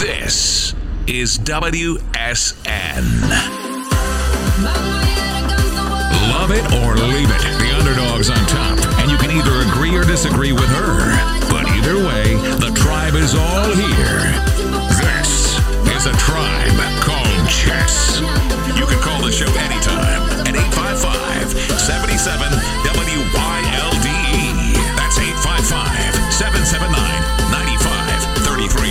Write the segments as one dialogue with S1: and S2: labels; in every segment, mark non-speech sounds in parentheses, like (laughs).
S1: This is WSN. Love it or leave it. The underdog's on top, and you can either agree or disagree with her. But either way, the tribe is all here. This is a tribe called Chess. You can call the show anytime at 855 77 WYLDE. E. That's 855 779 9533.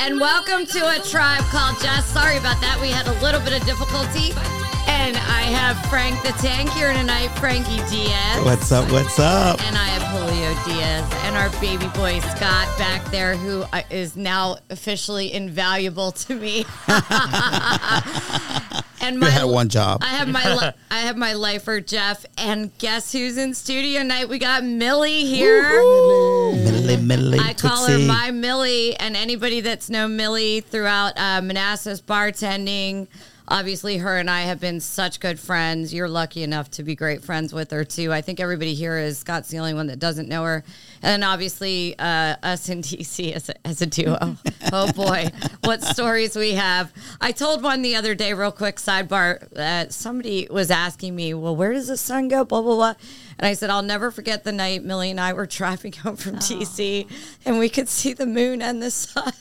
S2: And welcome to a tribe called Jess. Sorry about that. We had a little bit of difficulty. And I have Frank the Tank here tonight, Frankie Diaz.
S3: What's up? What's up?
S2: And I have Julio Diaz and our baby boy Scott back there, who uh, is now officially invaluable to me. (laughs) and my,
S3: I had one job.
S2: I have my li- I have my lifer Jeff, and guess who's in studio tonight? We got Millie here.
S3: Millie, Millie,
S2: I call her my Millie, and anybody that's known Millie throughout uh, Manassas bartending, obviously her and I have been such good friends. You're lucky enough to be great friends with her too. I think everybody here is Scott's the only one that doesn't know her, and then obviously uh, us and (laughs) DC as a, as a duo. oh boy, what stories we have! I told one the other day, real quick sidebar. Uh, somebody was asking me, "Well, where does the sun go?" Blah blah blah. And I said, I'll never forget the night Millie and I were driving home from DC and we could see the moon and the (laughs) sun.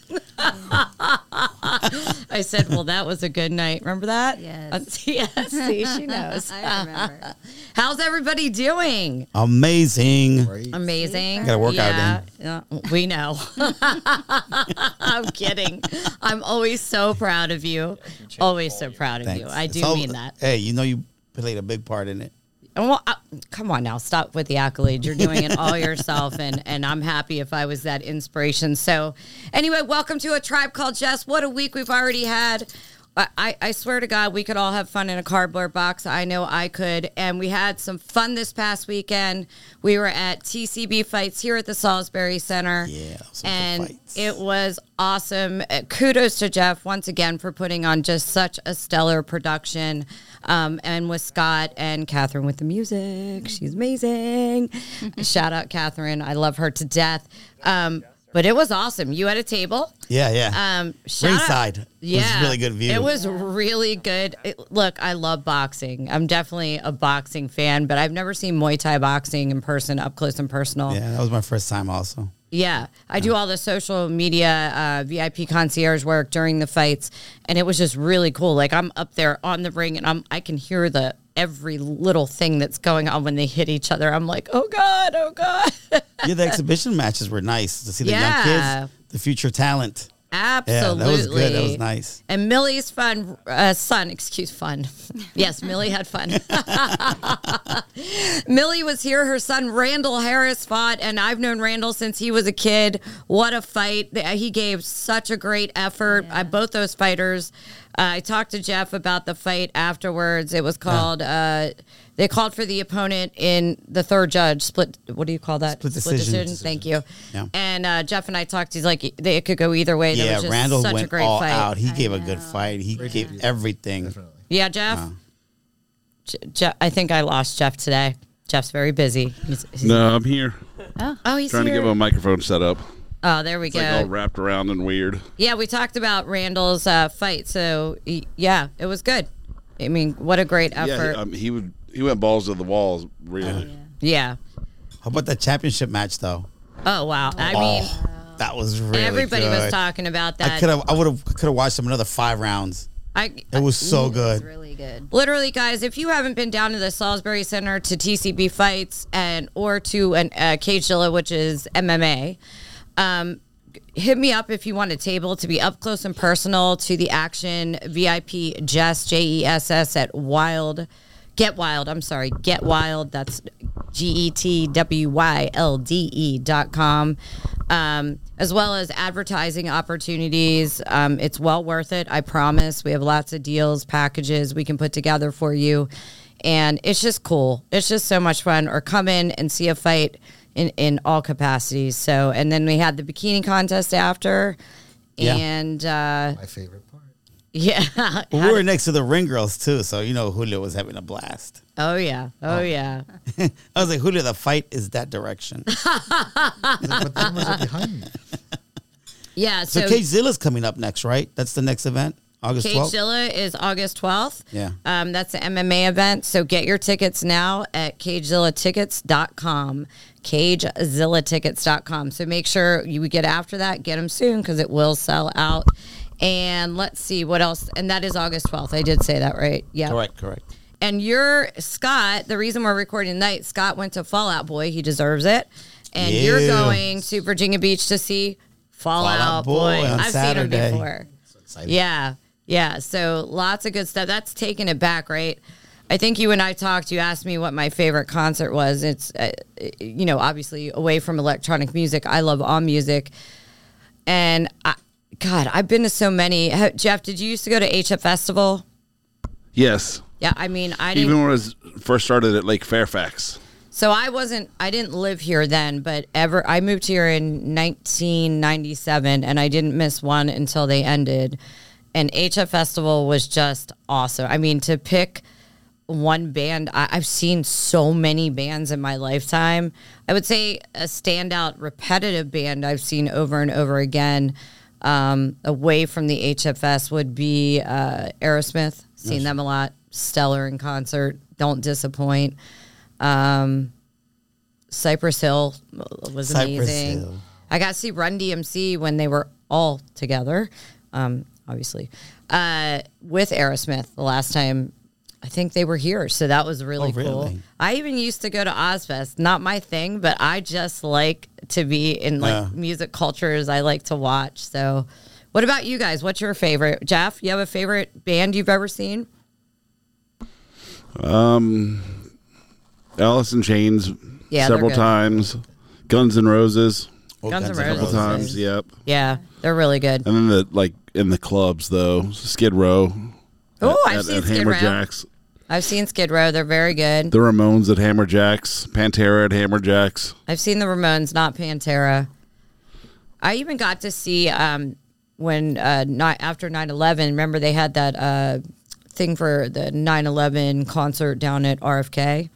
S2: I said, Well, that was a good night. Remember that?
S4: Yes.
S2: yes. (laughs) See, she knows.
S4: I remember.
S2: How's everybody doing?
S3: Amazing.
S2: Amazing.
S3: Gotta work out
S2: yeah. Yeah, we know. (laughs) I'm kidding. I'm always so proud of you. Always so proud of you. I
S3: It's
S2: do
S3: all-
S2: mean that.
S3: Hey, you know you played a big part in it.
S2: And well, uh, come on now, stop with the accolades. You're doing it all yourself, and and I'm happy if I was that inspiration. So, anyway, welcome to a tribe called Jess. What a week we've already had. I, I- I swear to God, we could all have fun in a cardboard box. I know I could. And we had some fun this past weekend. We were at TCB Fights here at the Salisbury Center.
S3: Yeah, those were
S2: And
S3: fights.
S2: it was awesome. Uh, Kudos to Jeff once again for putting on just such a stellar production. Um, and with Scott and Catherine with the music, she's
S3: (laughs)
S2: amazing. Shout out Catherine, I love her to death. Um, but it was awesome. You had a table.
S3: Yeah, yeah.
S2: Um, shout out-
S3: Ringside. It was
S2: yeah,
S3: really good view.
S2: It was really good. It- look, I love boxing. I'm definitely a boxing fan, but I've never seen Muay Thai boxing in person, up close and personal.
S3: yeah, that was my first time also.
S2: Yeah, I do all the social media uh, VIP concierge work during the fights, and it was just really cool. Like I'm up there on the ring, and I'm I can hear the every little thing that's going on when they hit each other. I'm like, oh god, oh god, (laughs)
S3: Yeah, the exhibition matches were nice to see the
S2: Yeah.
S3: young kids, the future talent. Yeah,
S2: absolutely.
S3: that was good. That was nice.
S2: And Millie's fun uh, son, excuse fun. (laughs) Yes, Millie had fun. (laughs) Millie was here. Her son Randall Harris fought, and I've known Randall since he was a kid. What a fight! Th- He gave such a great effort. Uh, both those fighters. Uh, I talked to Jeff about the fight afterwards. It was called. Uh, they called for the opponent in the third judge split. What do you call that?
S3: Split decision.
S2: Thank you.
S3: Yeah.
S2: And uh, Jeff and I talked. He's like, they, it could go either way. That
S3: Yeah,
S2: was just
S3: Randall
S2: such
S3: went
S2: a great
S3: all
S2: fight.
S3: out. He gave a good fight. He gave everything.
S2: Yeah, Jeff. Je- Je- I think I lost Jeff today. Jeff's very busy. He's, he's,
S5: No, I'm here
S2: oh, he's
S5: trying
S2: here.
S5: to get my microphone set up.
S2: oh, there we
S5: Like all
S2: go.
S5: wrapped around and weird.
S2: yeah, we talked about Randall's uh, fight, so y- yeah, it was good. I mean, what a great
S5: Yeah,
S2: effort.
S5: he, um, he would he went balls to the walls really.
S2: Yeah.
S3: How about that championship match though?
S2: Oh wow. I mean,
S3: Oh, that was really
S2: everybody was
S3: good.
S2: talking about
S3: I
S2: that.
S3: could have. I would have. Could have watched him another five rounds.
S2: I,
S3: It was so good.
S4: It's really good.
S2: literally guys if you haven't been down to the salisbury center to tcb fights and or to an uh, cagezilla which is mma um, hit me up if you want a table to be up close and personal to the action vip jess j-e-s-s at wild get wild i'm sorry get wild that's E g-e-t-w-y-l-d-e E dot com um, as well as advertising opportunities. Um, it's well worth it. I promise. We have lots of deals, packages we can put together for you. And it's just cool. It's just so much fun. Or come in and see a fight in, in all capacities. So, and then we had the bikini contest after.
S3: Yeah.
S2: And uh, (laughs)
S6: My favorite part.
S2: Yeah.
S3: But we were next to the ring girls too, so you know Julio was having a blast.
S2: oh yeah. Oh yeah.
S3: I was like, Julio, the fight is
S2: (laughs)
S3: that direction.
S4: but them was (laughs) behind me.
S2: Yeah.
S3: So
S2: So,
S3: Cage Zilla's coming up next, right? That's the next event, August
S2: Cage
S3: twelfth.
S2: Zilla is August 12th.
S3: Yeah.
S2: Um, that's the MMA event. So get your tickets now at cagezillatickets.com. Cagezillatickets.com. So make sure you get after that. Get them soon because it will sell out. And let's see what else. And that is August 12th. I did say that right. Yeah.
S3: Correct, correct.
S2: And you're Scott. The reason we're recording tonight, Scott went to Fallout Boy. He deserves it. And you're
S3: Yeah.
S2: going to Virginia Beach to see Fallout,
S3: Fall Out
S2: Boy.
S3: Boy on
S2: I've seen
S3: Saturday.
S2: him before.
S4: exciting.
S2: Yeah, yeah. So lots of good stuff. That's taking it back, right? I think you and I talked. You asked me what my favorite concert was. It's uh, you know obviously away from electronic music. I love all music, and I, God, I've been to so many. Ha- Jeff, did you used to go to HF Festival?
S5: Yes.
S2: Yeah, I mean, I didn't.
S5: Even when I was first started at Lake Fairfax.
S2: So I wasn't, I didn't live here then, but ever, I moved here in 1997 and I didn't miss one until they ended. And HF Festival was just awesome. I mean, to pick one band, I, I've seen so many bands in my lifetime. I would say a standout repetitive band I've seen over and over again um, away from the HFS would be uh, Aerosmith. Seen them a lot. Stellar in concert. Don't disappoint. Cypress Hill was
S3: Cypress
S2: amazing.
S3: Hill.
S2: I got to see Run DMC when they were all together, um, obviously, uh, with Aerosmith the last time I think they were here. So that was really,
S3: Oh, really?
S2: cool. I even used to go to Ozfest. Not my thing, but I just like to be in like
S3: Yeah.
S2: music cultures. I like to watch. So, what about you guys? What's your favorite? Jeff, you have a favorite band you've ever seen?
S5: Alice in Chains
S2: Yeah, they're
S5: several
S2: good.
S5: times. Guns N' Roses
S3: Oh,
S2: Guns N'
S3: N'
S2: Roses.
S5: several times. Yep.
S2: Yeah, they're really good.
S5: And then the like in the clubs though, Skid Row.
S2: Oh,
S5: at,
S2: I've seen
S5: at
S2: Skid
S5: Hammer
S2: Row.
S5: Jacks.
S2: I've seen Skid Row. They're very good.
S5: The Ramones at Hammer Jacks. Pantera at Hammer Jacks.
S2: I've seen the Ramones, not Pantera. I even got to see um, when uh, not after 9-11, Remember they had that uh, thing for the 9-11 concert down at RFK.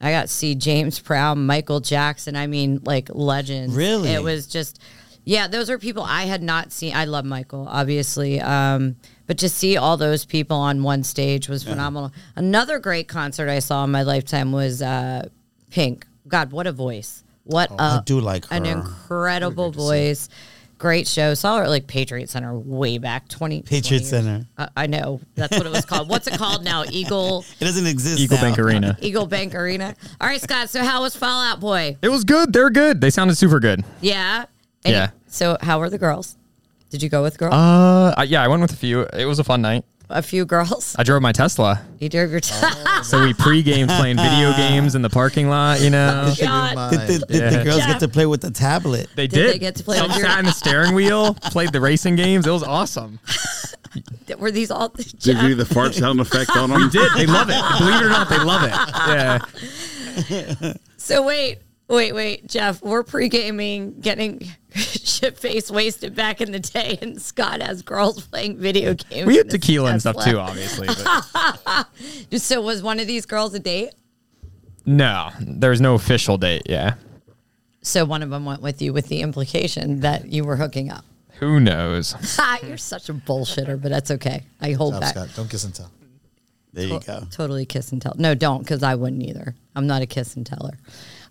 S2: I got to see James Proud, Michael Jackson. I mean, like legends.
S3: Really?
S2: it was just yeah. Those are people I had not seen. I love Michael, obviously, um, but to see all those people on one stage was phenomenal. Another great concert I saw in my lifetime was uh, Pink. God, what a voice! What a
S3: Oh, I do like her.
S2: an incredible voice. Great show. Saw her at like Patriot Center way back 20
S3: Patriot
S2: 20 years.
S3: Center.
S2: I, I know. That's what it was called. What's it called now? Eagle
S3: It doesn't exist.
S6: Eagle
S3: now.
S6: Bank Arena.
S2: Eagle Bank Arena. All right, Scott. So how was Fallout Boy?
S6: It was good. They're good. They sounded super good.
S2: Yeah. And-
S6: Yeah.
S2: So how were the girls? Did you go with girls?
S6: Uh, I, yeah, I went with a few. It was a fun night.
S2: a few girls. (laughs)
S6: I drove my Tesla,
S2: You drove (laughs) your t-
S6: so we pre-gamed playing video
S2: (laughs)
S6: games in the parking lot. You know,
S4: Keep in
S2: God.
S4: mind,
S3: Did, the- did
S6: Yeah.
S3: the girls get to play with the tablet?
S6: they
S2: Did
S6: did.
S2: they get to play
S6: Some
S2: with your-
S6: sat in the steering wheel, played the racing games. It was awesome.
S2: Were these all?
S5: Did you do the fart sound effect on them?
S6: We did. They love it. Believe it or not, they love it. Yeah.
S2: So wait, wait, wait, Jeff. We're pre gaming, getting (laughs) shit face wasted back in the day, and Scott has girls playing video games.
S6: We
S2: in
S6: had
S2: his
S6: tequila and stuff
S2: Tesla.
S6: too, obviously. But (laughs)
S2: So was one of these girls a date?
S6: no, there was no official date. Yeah.
S2: So one of them went with you with the implication that you were hooking up.
S6: Who knows?
S2: Ha, (laughs) you're such a bullshitter, but that's okay. I hold
S4: Stop,
S2: back.
S4: Scott. Don't kiss and tell.
S3: There you go.
S2: Totally kiss and tell. No, don't, because I wouldn't either. I'm not a kiss and teller.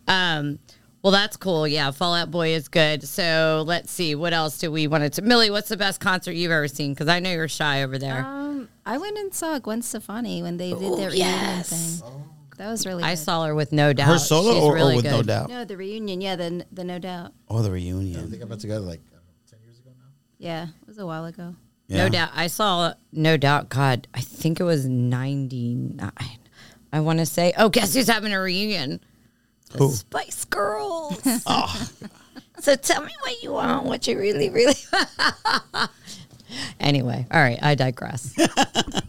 S2: Um, well, that's cool. Yeah, Fallout Boy is good. So let's see. What else do we want to? Millie, what's the best concert you've ever seen? Because I know you're shy over there.
S7: (laughs) Um, I went and saw Gwen Stefani when they did their
S2: yes.
S7: reunion thing. That was really.
S2: I
S7: good.
S2: saw her with No Doubt.
S3: Her solo
S2: She's
S3: or,
S2: really
S3: or with
S2: good.
S3: No Doubt?
S7: No, the reunion. Yeah, the the No Doubt.
S3: Oh, the
S4: I
S3: reunion.
S4: think I met together like I don't know, ten years ago now.
S7: Yeah, it was a while ago.
S3: Yeah.
S2: No doubt. I saw No Doubt. God, I think it was 99. I want to say, oh, guess who's having a reunion? The
S3: Who?
S2: Spice
S5: (laughs)
S2: Girls.
S5: Ah.
S2: So tell me what you want, what you really, really (laughs) want. anyway, all
S5: (laughs)
S2: right, I digress.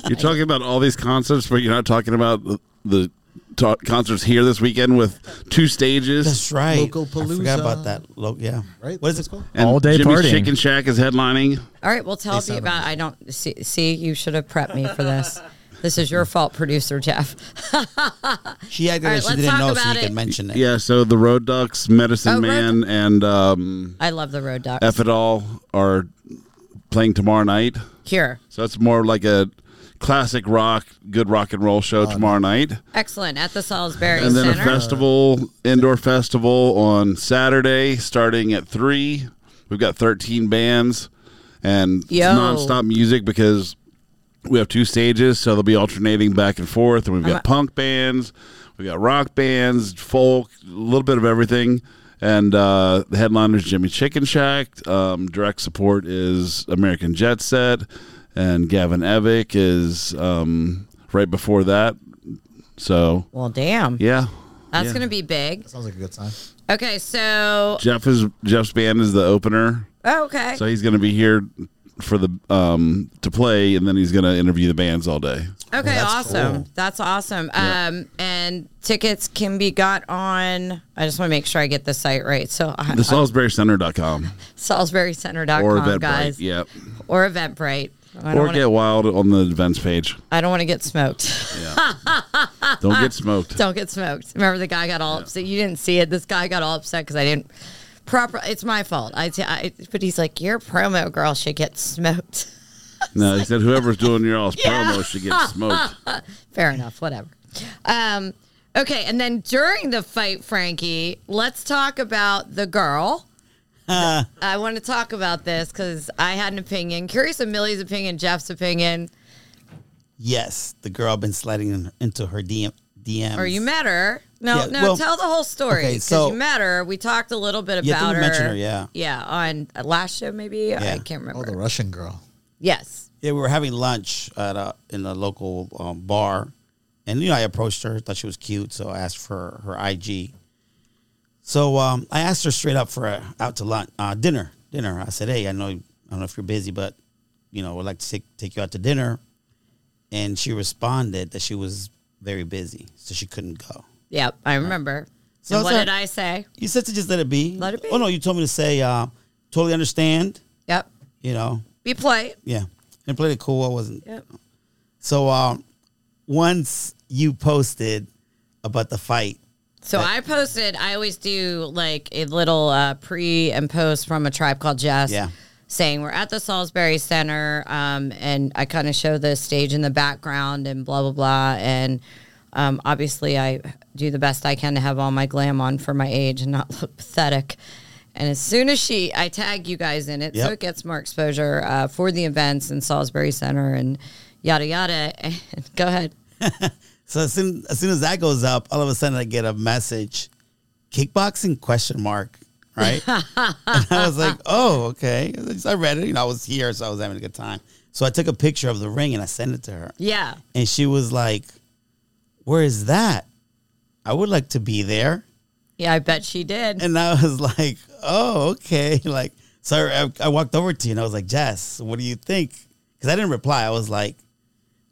S5: You're talking about all these concerts, but you're not talking about the, the ta concerts here this weekend with two stages.
S3: That's right.
S4: Local
S3: I forgot
S4: Palooza.
S3: about that. Lo- yeah.
S4: Right?
S3: What is
S4: That's
S3: it
S4: cool.
S3: called?
S5: And
S6: All day
S5: Jimmy's
S6: partying.
S5: Chicken Shack is headlining.
S2: All right, well, tell me
S4: sound
S2: about. I don't see. See, you should have prepped me for this. This is your fault, producer Jeff.
S3: She acted
S2: All right,
S3: like she
S2: let's
S3: didn't
S2: talk
S3: know, so
S2: about
S3: you
S2: it.
S3: can mention it.
S5: Yeah, so the Road Ducks, Medicine
S2: Oh, Road-
S5: Man, and um,
S2: I love the road dog.
S5: F It All are playing tomorrow night.
S2: Here,
S5: So that's more like a classic rock, good rock and roll show tomorrow night.
S2: excellent at the Salisbury
S5: And then a
S2: Center.
S5: festival, indoor festival on Saturday starting at 3. We've got 13 bands and it's
S2: Yo.
S5: nonstop music because we have two stages, so they'll be alternating back and forth. And we've got punk bands, we've got rock bands, folk, a little bit of everything. And uh, the headliner is Jimmy Chicken Shack. Um, direct support is American Jet Set, and Gavin Evick is um, right before that. So
S2: well, damn,
S5: yeah,
S2: that's gonna be big.
S4: Sounds like a good time.
S2: Okay, so
S5: Jeff is Jeff's band is the opener,
S2: oh, okay,
S5: so he's going to be here for the um to play, and then he's going to interview the bands all day.
S2: okay,
S4: that's
S2: awesome.
S4: cool.
S2: That's awesome. Um, and tickets can be got on. I just want to make sure I get the site right. So uh, I,
S5: The SalisburyCenter.com
S2: SalisburyCenter.com,
S5: or Eventbrite,
S2: guys,
S5: yeah,
S2: or Eventbrite. I don't
S5: or
S2: wanna-
S5: get wild on the events page.
S2: I don't want to get smoked. (laughs)
S5: Don't get smoked.
S2: don't get smoked. Remember the guy got all upset. You didn't see it. This guy got all upset because I didn't proper. It's my fault. I, t- I but he's like, your promo girl should get smoked. (laughs)
S5: No, he said whoever's doing your all's promo should get smoked.
S2: Fair enough. Whatever. Um, okay, and then during the fight, Frankie, let's talk about the girl.
S3: Uh.
S2: I want to talk about this because I had an opinion. Curious of Millie's opinion, Jeff's opinion,
S3: Yes, the girl been sliding in, into her DM, DMs.
S2: or you met her. No,
S3: Yeah,
S2: no,
S3: well,
S2: tell the whole story
S3: okay,
S2: because
S3: so-
S2: you met her. We talked a little bit about
S3: Yeah, I think
S2: her.
S3: we mentioned her, yeah.
S2: yeah, on last show maybe. I
S3: Yeah.
S2: can't
S4: Oh,
S2: remember.
S4: the Russian girl.
S2: Yes.
S3: Yeah, we were having lunch at a, in a local um, bar, and you know I approached her, thought she was cute, so I asked for her IG. So um, I asked her straight up for a, out to lunch, uh, dinner, dinner. I said, "Hey, I know I don't know if you're busy, but you know, would like to take, take you out to dinner." And she responded that she was very busy, so she couldn't go.
S2: Yep, I remember.
S3: So
S2: and what
S3: it's
S2: did
S3: not-
S2: I say?
S3: You said to just let it be.
S2: Let it be.
S3: Oh no, you told me to say, uh, "Totally understand."
S2: Yep.
S3: You know,
S2: Be polite.
S3: yeah, and played it cool. I wasn't.
S2: Yep.
S3: So um, once you posted about the fight,
S2: So I posted. I always do like a little uh, pre and post from a tribe called Jess.
S3: Yeah.
S2: Saying we're at the Salisbury Center, um, and I kind of show the stage in the background and blah blah blah. And um, obviously, I do the best I can to have all my glam on for my age and not (laughs) look pathetic. And as soon as she, I tag you guys in it, so
S3: Yep.
S2: it gets more exposure uh, for the events in Salisbury Center and yada yada. (laughs) And go ahead.
S3: so as soon as soon as that goes up, all of a sudden I get a message, kickboxing question mark, right? and I was like, oh, okay. So I read it. You know, I was here, so I was having a good time. So I took a picture of the ring and I sent it to her,
S2: Yeah.
S3: and she was like, "Where is that? I would like to be there."
S2: Yeah, I bet she did.
S3: And I was like, oh, okay. (laughs) Like, so I, I walked over to you and I was like, Jess, what do you think? Because I didn't reply. I was like,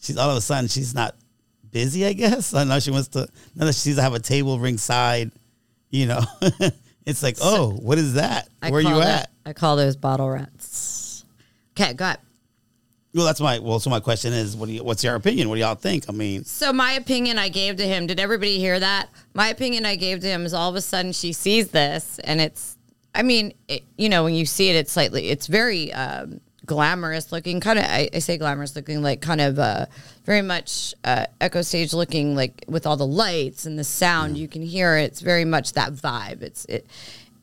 S3: she's all of a sudden, she's not busy, I guess. I know she wants to, now that she's have a table ringside, you know, (laughs) it's like, oh, what is that?
S2: I
S3: Where you
S2: call that-
S3: at?
S2: I call those bottle rats. Okay, go ahead.
S3: Well, that's my, well, so my question is, what do you, what's your opinion? What do y'all think? I mean,
S2: So my opinion I gave to him, did everybody hear that? My opinion I gave to him is all of a sudden she sees this and it's I mean, it, you know, when you see it, it's slightly, it's very um, glamorous looking, kind of, I, I say glamorous looking, like kind of uh, very much uh, echo stage looking, like with all the lights and the sound, you can hear it. It's very much that vibe. It's, it,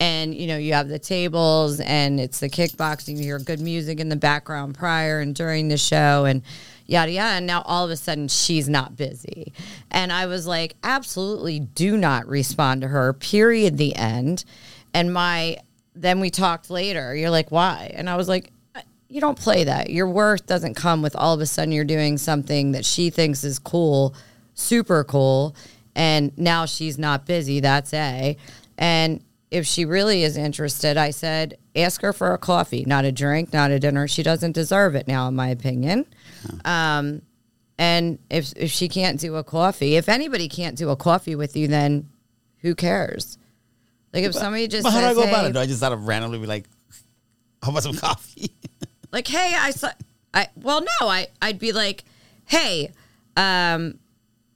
S2: and you know, you have the tables and it's the kickboxing, you hear good music in the background prior and during the show and yada yada. And now all of a sudden she's not busy. And I was like, absolutely do not respond to her, period, the end. And my then we talked later. You're like, why? And I was like, you don't play that. Your worth doesn't come with all of a sudden you're doing something that she thinks is cool, super cool, and now she's not busy. That's A. And if she really is interested, I said, ask her for a coffee, not a drink, not a dinner. She doesn't deserve it now, in my opinion Um, And if if she can't do a coffee, if anybody can't do a coffee with you, then who cares? Like if somebody just
S3: But how do I
S2: says,
S3: go about
S2: "Hey,
S3: it? Do I just out of randomly be like, (laughs) how about some coffee?
S2: like hey i saw i well no i i'd be like hey um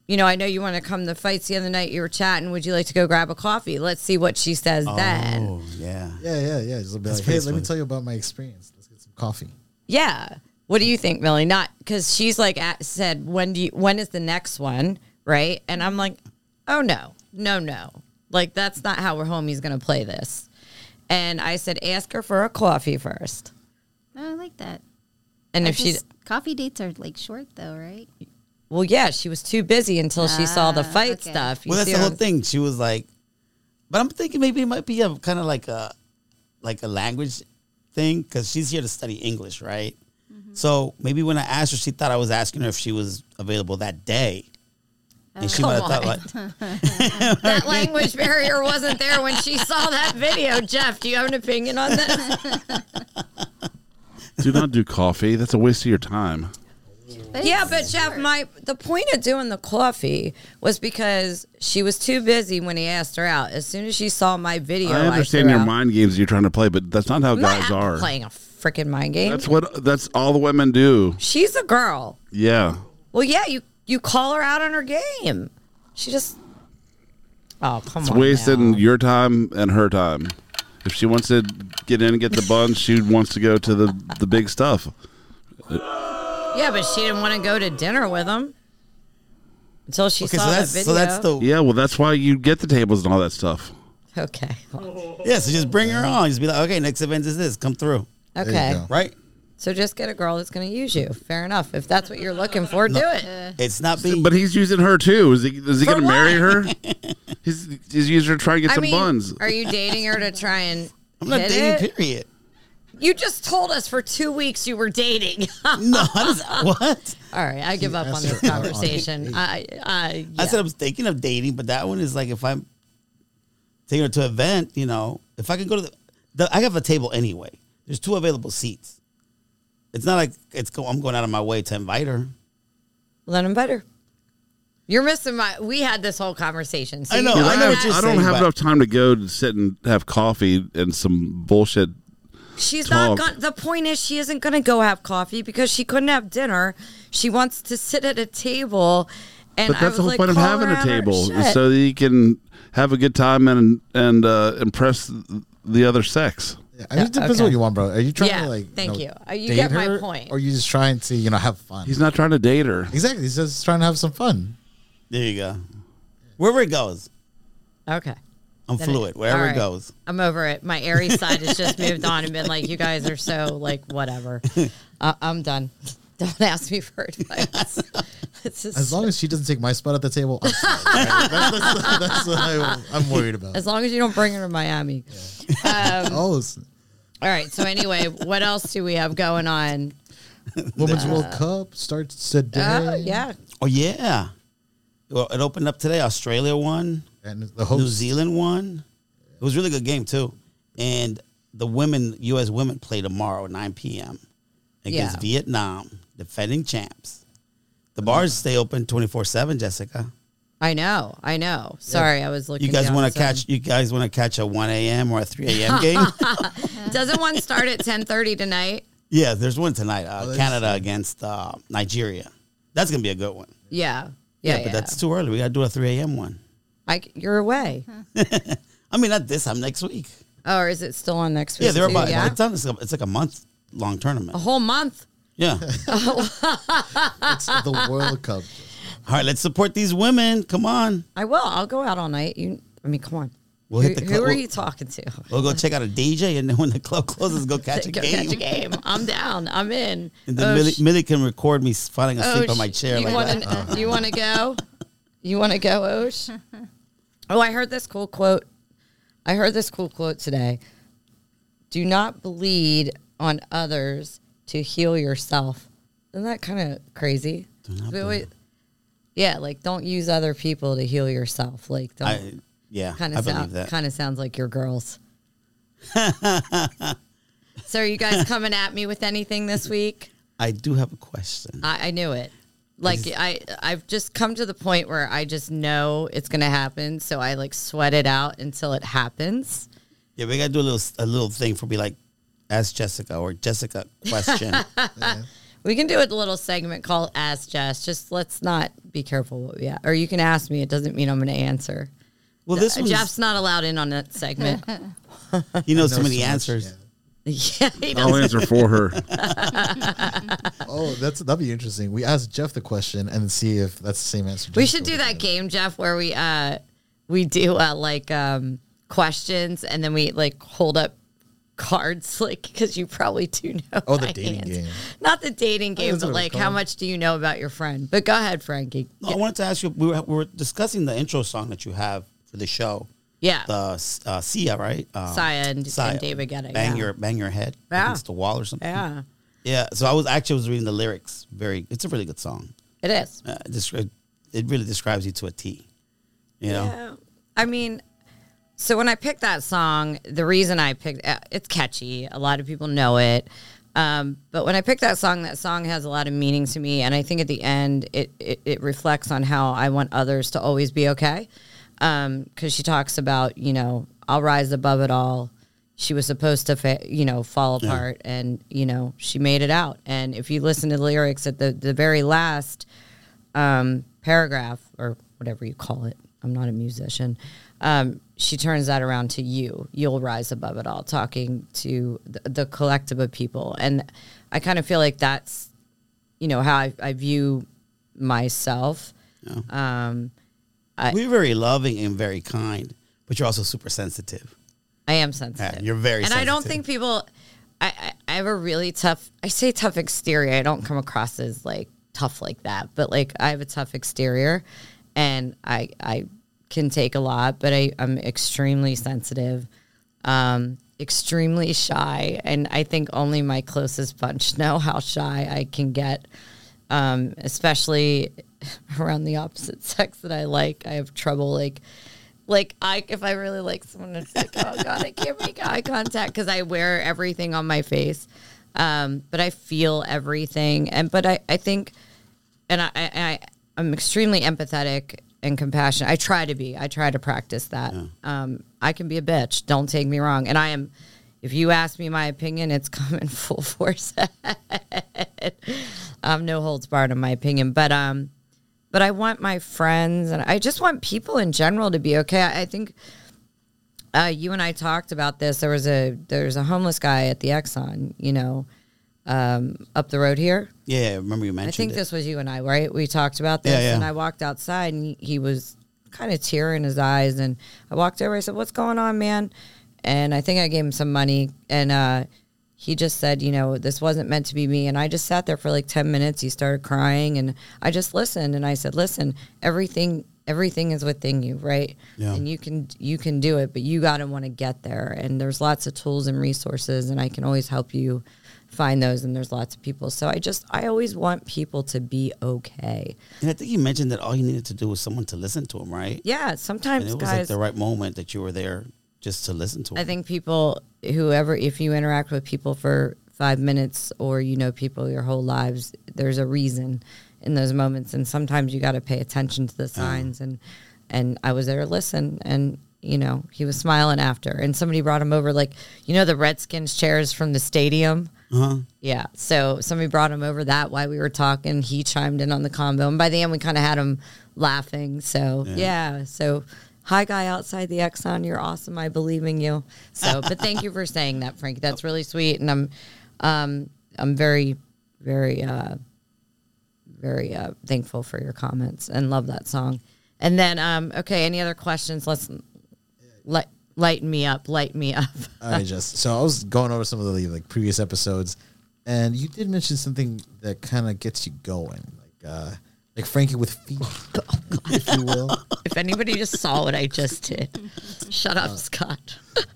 S2: you know i know you want to come to fights the other night you were chatting would you like to go grab a coffee let's see what she says then
S3: oh yeah.
S4: Yeah, yeah, yeah. Just be
S3: That's
S4: like, hey,
S3: pretty
S4: let me
S3: smooth.
S4: tell you about my experience. Let's get some coffee.
S2: yeah what do you think millie not because she's like at, said when do you when is the next one right and i'm like oh no no no like that's not how we're homie's gonna play this and i said ask her for a coffee first
S7: No, I like that.
S2: and
S7: I
S2: if she
S7: just- coffee dates are like short though, right?
S2: well yeah she was too busy until she saw the
S7: Ah,
S2: fight
S7: okay.
S2: stuff You
S3: Well, that's
S2: see
S3: the
S2: what
S3: whole
S2: I'm-
S3: thing. She was like, but I'm thinking maybe it might be a kind of like a like a language thing because she's here to study English, right?
S2: Mm-hmm.
S3: So maybe when I asked her, she thought I was asking her if she was available that day, and she
S2: Oh, Come
S3: might have thought
S2: on.
S3: like,
S2: that language barrier wasn't there when she saw that video. Jeff, do you have an opinion on
S3: (laughs)
S2: this?
S5: Do not do coffee. That's a waste of your time.
S7: But
S2: yeah,
S7: it's-
S2: but Jeff, my the point of doing the coffee was because she was too busy when he asked her out. As soon as she saw my video,
S5: I understand
S2: threw
S5: your
S2: out-
S5: mind games you're trying to play, but that's not how
S2: I'm not
S5: guys are.
S2: playing a freaking mind game.
S5: That's what. That's all the women do.
S2: She's a girl.
S5: Yeah.
S2: Well, yeah, you you call her out on her game. She just oh come
S5: It's
S2: on,
S5: wasting
S2: now.
S5: your time and her time. If she wants to get in and get the bun, she wants to go to the the big stuff.
S2: yeah, but she didn't want to go to dinner with him until she
S3: okay,
S2: (laughs) saw
S3: so that's
S2: the video.
S3: so that's the
S5: Yeah, well, that's why you get the tables and all that stuff.
S2: okay.
S3: yeah. So just bring her on. Just be like, okay, next event is this. Come through,
S2: Okay.
S4: go.
S3: right?
S2: So just get a girl that's going to use you. Fair enough. If that's what you're looking for, do it.
S3: It's not being.
S5: But he's using her too. Is he? Is he
S2: For
S5: going to
S2: what?
S5: marry her?
S2: (laughs)
S5: He's he's using her to try to get
S2: I
S5: some
S2: mean,
S5: buns.
S2: are you dating her to try
S5: (laughs)
S2: and?
S3: I'm not
S2: hit
S3: dating.
S2: it?
S3: Period.
S2: You just told us for two weeks you were dating. (laughs) All
S3: No, I just- (laughs) what?
S2: right, I give up on
S4: asked
S2: this
S4: her out on
S2: conversation. I, I, yeah.
S3: I said I was thinking of dating, but that one is like if I'm taking her to an event, you know, if I can go to the, the I have a table anyway. There's two available seats. It's not like it's go, I'm going out of my way to invite her.
S2: let him better. You're missing my. We had this whole conversation. So
S3: I
S2: you
S3: know,
S5: Dude,
S3: I
S5: I,
S3: know
S5: have-
S3: what you're
S5: I don't
S3: saying,
S5: have
S3: but-
S5: enough time to go to sit and have coffee and some bullshit.
S2: She's not
S5: Talk.
S2: going. The point is, she isn't going to go have coffee because she couldn't have dinner. She wants to sit at a table. And
S5: But
S2: I
S5: that's
S2: was
S5: the whole
S2: like,
S5: point of
S2: call
S5: having
S2: her
S5: a
S2: out her
S5: table, is
S2: shit.
S5: so that you can have a good time and and uh, impress the other sex.
S4: Yeah, I mean, it depends
S2: okay.
S4: what you want, bro. Are you trying
S2: Yeah,
S4: to like?
S2: thank
S4: know,
S2: you. Uh, you
S4: date
S2: get my
S4: her,
S2: point.
S4: Or you just trying to, you know, have fun.
S5: He's not trying to date her.
S4: exactly. He's just trying to have some fun.
S3: There you go. Wherever it goes,
S2: Okay.
S3: I'm
S2: Then
S3: fluid. Wherever
S2: all
S3: it
S2: right.
S3: goes.
S2: I'm over it. My Aries side has just moved on and been like, you guys are so like
S3: (laughs)
S2: whatever. Uh, I'm done. (laughs) Don't ask me for advice. (laughs) This is-
S4: As long as she doesn't take my spot at the table, I'm fine, (laughs) right? that's, that's, that's what I, I'm worried about.
S2: as long as you don't bring her to Miami.
S4: oh, it's
S2: All right. So anyway, what else do we have going on?
S4: Women's World Cup starts today.
S2: Oh yeah.
S3: Oh yeah. Well, it opened up today. Australia won.
S4: and the
S3: New
S4: host.
S3: Zealand won. It was a really good game too. And the women, U.S. women, play tomorrow, 9 p.m. against
S2: Yeah.
S3: Vietnam, defending champs. The bars
S2: Mm.
S3: stay open 24 seven. Jessica,
S2: I know. I know. Sorry, I was looking.
S3: you guys
S2: down
S3: want
S2: at
S3: to
S2: some-
S3: catch? You guys want to catch a 1 a.m. or a 3 a.m. game?
S2: (laughs) Doesn't one start at 10:30 tonight?
S3: yeah, there's one tonight.
S2: Oh,
S3: Uh,
S4: that's-
S3: Canada against uh, Nigeria. That's gonna be a good one.
S2: Yeah. Yeah.
S3: but that's too early. We gotta do a 3 a.m. one.
S2: I, you're away.
S3: I mean, not this time. Next week.
S2: Oh, or is it still on next week?
S3: Yeah, they're
S2: too?
S3: about.
S2: Yeah? Oh.
S3: It's, on, it's, like a- it's like a month long tournament.
S2: a whole month.
S3: Yeah.
S2: (laughs)
S4: It's the World Cup.
S3: All right, let's support these women. Come on.
S2: I will. I'll go out all night. You, I mean, come on.
S3: We'll
S2: who
S3: hit the
S2: who
S3: club.
S2: are
S3: We'll-
S2: you talking to?
S3: We'll go check out a DJ, and then when the club closes, go catch
S2: (laughs)
S3: a
S2: go
S3: game.
S2: catch a game. I'm down. I'm
S3: (laughs)
S2: in.
S3: And then
S2: Oh,
S3: Millie,
S2: sh-
S3: Millie can record me falling
S2: oh,
S3: asleep on
S2: sh-
S3: my chair
S2: You
S3: like
S2: wanna,
S3: that.
S2: You want to go? You want to go, Osh? Oh, I heard this cool quote. I heard this cool quote today. Do not bleed on others to heal yourself. Isn't that kind of crazy? We always- yeah, like don't use other people to heal yourself. Like don't.
S3: I, yeah,
S2: Kind
S3: I
S2: of
S3: believe
S2: sound,
S3: that.
S2: kind of sounds like your
S3: (laughs)
S2: girls. so, are you guys coming at me with anything this week?
S3: I do have a question.
S2: Uh, I, I knew it. Like I, I've just come to the point where I just know it's gonna happen, so I like sweat it out until it happens.
S3: Yeah, we gotta do a little a little thing for me, like ask Jessica or Jessica
S2: (laughs)
S3: question.
S2: We can do a little segment called Ask Jess. Just let's not be careful what we or you can ask me. It doesn't mean I'm gonna answer.
S3: well, this one's
S2: Jeff's not allowed in on that segment.
S3: (laughs)
S2: (laughs)
S3: he knows
S4: No,
S3: so many
S4: much,
S3: answers.
S4: yeah.
S2: yeah, he
S5: I'll
S2: does.
S5: answer for her.
S2: (laughs)
S4: Oh, that's that'd be interesting. We ask Jeff the question and see if that's the same answer.
S2: We
S4: Jeff
S2: should
S4: would
S2: do
S4: have
S2: that
S4: given.
S2: game, Jeff, where we uh we do uh like um questions and then we like hold up cards (laughs) like because you probably do know
S4: Oh, the
S2: by
S4: dating
S2: hand.
S4: game.
S2: not the dating game
S4: that's
S2: but
S4: what
S2: like
S4: it's
S2: how
S4: called.
S2: much do you know about your friend but go ahead frankie
S3: No, I wanted to ask you. We were, we were discussing the intro song that you have for the show.
S2: yeah
S3: The uh, Sia, right? Um,
S2: Sia and- and David Guetta,
S3: Bang
S2: yeah.
S3: your bang your head
S2: Yeah.
S3: against the wall or something.
S2: yeah
S3: Yeah. So I was actually was reading the lyrics. Very, it's a really good song.
S2: it is
S3: Uh, it, descri- it really describes you to a T. You know.
S2: Yeah. I mean, so when I picked that song, the reason I picked uh, it's catchy. A lot of people know it. Um, but when I picked that song, that song has a lot of meaning to me, and I think at the end, it it, it reflects on how I want others to always be okay. Because she talks about you know I'll rise above it all. She was supposed to fa- you know fall apart, and you know she made it out. And if you listen to the lyrics at the the very last, um, paragraph or whatever you call it. I'm not a musician. Um, she turns that around to you. You'll rise above it all, talking to the, the collective of people. And I kind of feel like that's, you know, how I, I view myself. Um,
S3: We're very loving and very kind, but you're also super sensitive.
S2: I am sensitive.
S3: Yeah, you're very
S2: and I don't
S3: sensitive.
S2: think people. I, I I have a really tough. I say tough exterior. I don't come across as like tough like that, but like I have a tough exterior, and I I can take a lot, but I I'm extremely sensitive, um, extremely shy, and I think only my closest bunch know how shy I can get, um, especially (laughs) around the opposite (laughs) sex that I like. I have trouble like like I if I really like someone, it's like oh god, I can't make eye contact because I wear everything on my face, um, but I feel everything, and but I I think, and I I I- I'm extremely empathetic and compassionate. I try to be. I try to practice that. Um, I can be a bitch. Don't take me wrong, and I am. If you ask me my opinion, it's (laughs) coming full force. (laughs) I'm no holds barred in my opinion, but um but I want my friends and I just want people in general to be okay. I, I think uh, you and I talked about this. There was a there's a homeless guy at the Exxon, you know, um, up the road here.
S3: Yeah, I remember you
S2: I
S3: mentioned
S2: think
S3: it.
S2: this was you and I, right? We talked about this,
S3: Yeah, yeah.
S2: and I walked outside, and he- he was kind of tear in his eyes, and I walked over. I said, "What's going on, man?" And I think I gave him some money, and uh, he just said, "You know, this wasn't meant to be me." And I just sat there for like ten minutes. He started crying, and I just listened, and I said, "Listen, everything." Everything is within you, right?
S3: Yeah.
S2: And you can you can do it, but you got to want to get there. And there's lots of tools and resources, and I can always help you find those and there's lots of people so i just i always want people to be okay
S3: and I think you mentioned that all he needed to do was someone to listen to him, right?
S2: yeah sometimes
S3: And it was like
S2: guys
S3: the right moment that you were there just to listen to him.
S2: i think people whoever if you interact with people for five minutes or you know people your whole lives there's a reason in those moments and sometimes you got to pay attention to the signs and and i was there to listen and you know he was smiling after and somebody brought him over like you know the redskins chairs from the stadium Yeah. So somebody brought him over that while we were talking. He chimed in on the combo. And by the end, we kind of had him laughing. So, yeah. So, hi, guy outside the Exxon. You're awesome. I believe in you. So, but thank you for saying that, Frank. That's really sweet. And I'm, um, I'm very, very, uh, very uh, thankful for your comments and love that song. And then, um, okay, any other questions? Let's light, lighten me up. Light me up. (laughs)
S4: All right, Jess. So I was going over some of the like previous episodes, and you did mention something that kind of gets you going, like uh, like Frankie with feet,
S2: Oh,
S4: if you will.
S2: if anybody just saw what I just did, shut
S4: Uh,
S2: up, Scott. (laughs)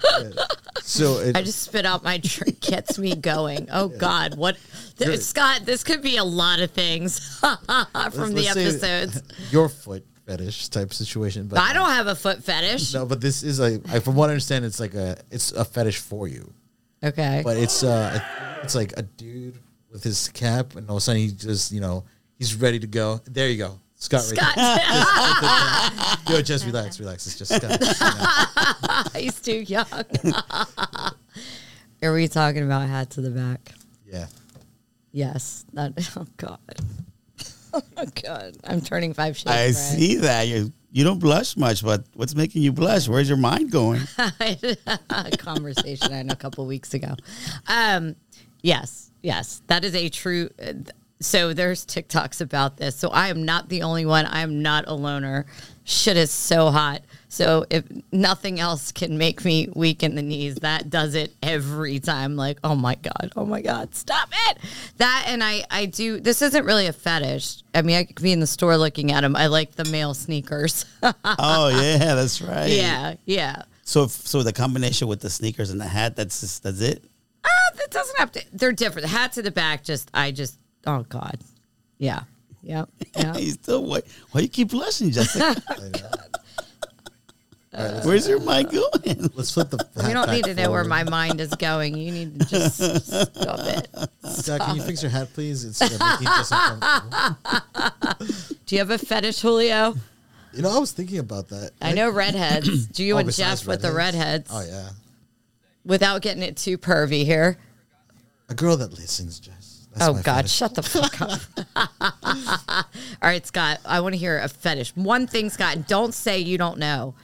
S4: So it,
S2: I just spit out my drink. Gets me going. Oh God, what, th- Scott? This could be a lot of things (laughs) from the
S4: let's say
S2: episodes.
S4: (laughs) your foot fetish type situation, but
S2: I don't have a foot fetish.
S4: No, but this is a I, from what I understand, it's like a it's a fetish for you,
S2: Okay.
S4: but it's uh it's like a dude with his cap, and all of a sudden he just you know He's ready to go. There you go. Scott, Right
S2: Scott,
S4: there. Yo, just relax, relax. It's just Scott. Yeah.
S2: (laughs) he's too young. (laughs) Are we talking about hat to the back?
S4: yeah.
S2: Yes. That. (laughs) Oh God. Oh God. I'm turning five shades.
S3: I
S2: Grey.
S3: see that you you don't blush much, but what's making you blush? Where's your
S2: (laughs)
S3: mind going?
S2: a (laughs) conversation I had a couple weeks ago. Um, yes, yes, that is a true. uh, th- So there's TikToks about this. So I am not the only one. I am not a loner. Shit is so hot. So if nothing else can make me weak in the knees, that does it every time. Like, oh my god, oh my god, stop it. That and I, I do. This isn't really a fetish. I mean, I could be in the store looking at them. I like the male sneakers. (laughs)
S3: oh yeah, that's right.
S2: yeah, yeah.
S3: So if, so the combination with the sneakers and the hat that's just, that's it.
S2: Uh, It doesn't have to. They're different. The hat to the back. Just I just. Oh God. Yeah. Yep.
S4: (laughs)
S3: (laughs)
S2: Yeah.
S3: You still why why you keep blushing,
S2: (laughs)
S3: Jessica?
S2: Uh,
S3: Where's your mind going? (laughs)
S4: Let's flip the.
S2: You don't need to know where my mind is going. You need to just stop it.
S4: Scott, can you fix your hat, please?
S2: (laughs)
S4: It's uh, making just uncomfortable.
S2: Do you have a fetish, Julio?
S4: You know, I was thinking about that.
S2: I know
S4: (clears throat)
S2: redheads. Do you
S4: Oh,
S2: and
S4: besides
S2: Jeff with the redheads?
S4: Oh yeah,
S2: Without getting it too pervy here.
S4: a girl that listens, Jess. That's
S2: oh
S4: my
S2: God,
S4: fetish.
S2: shut the fuck up. (laughs) All right, Scott. I want to hear a fetish. One thing, Scott. and Don't say you don't know.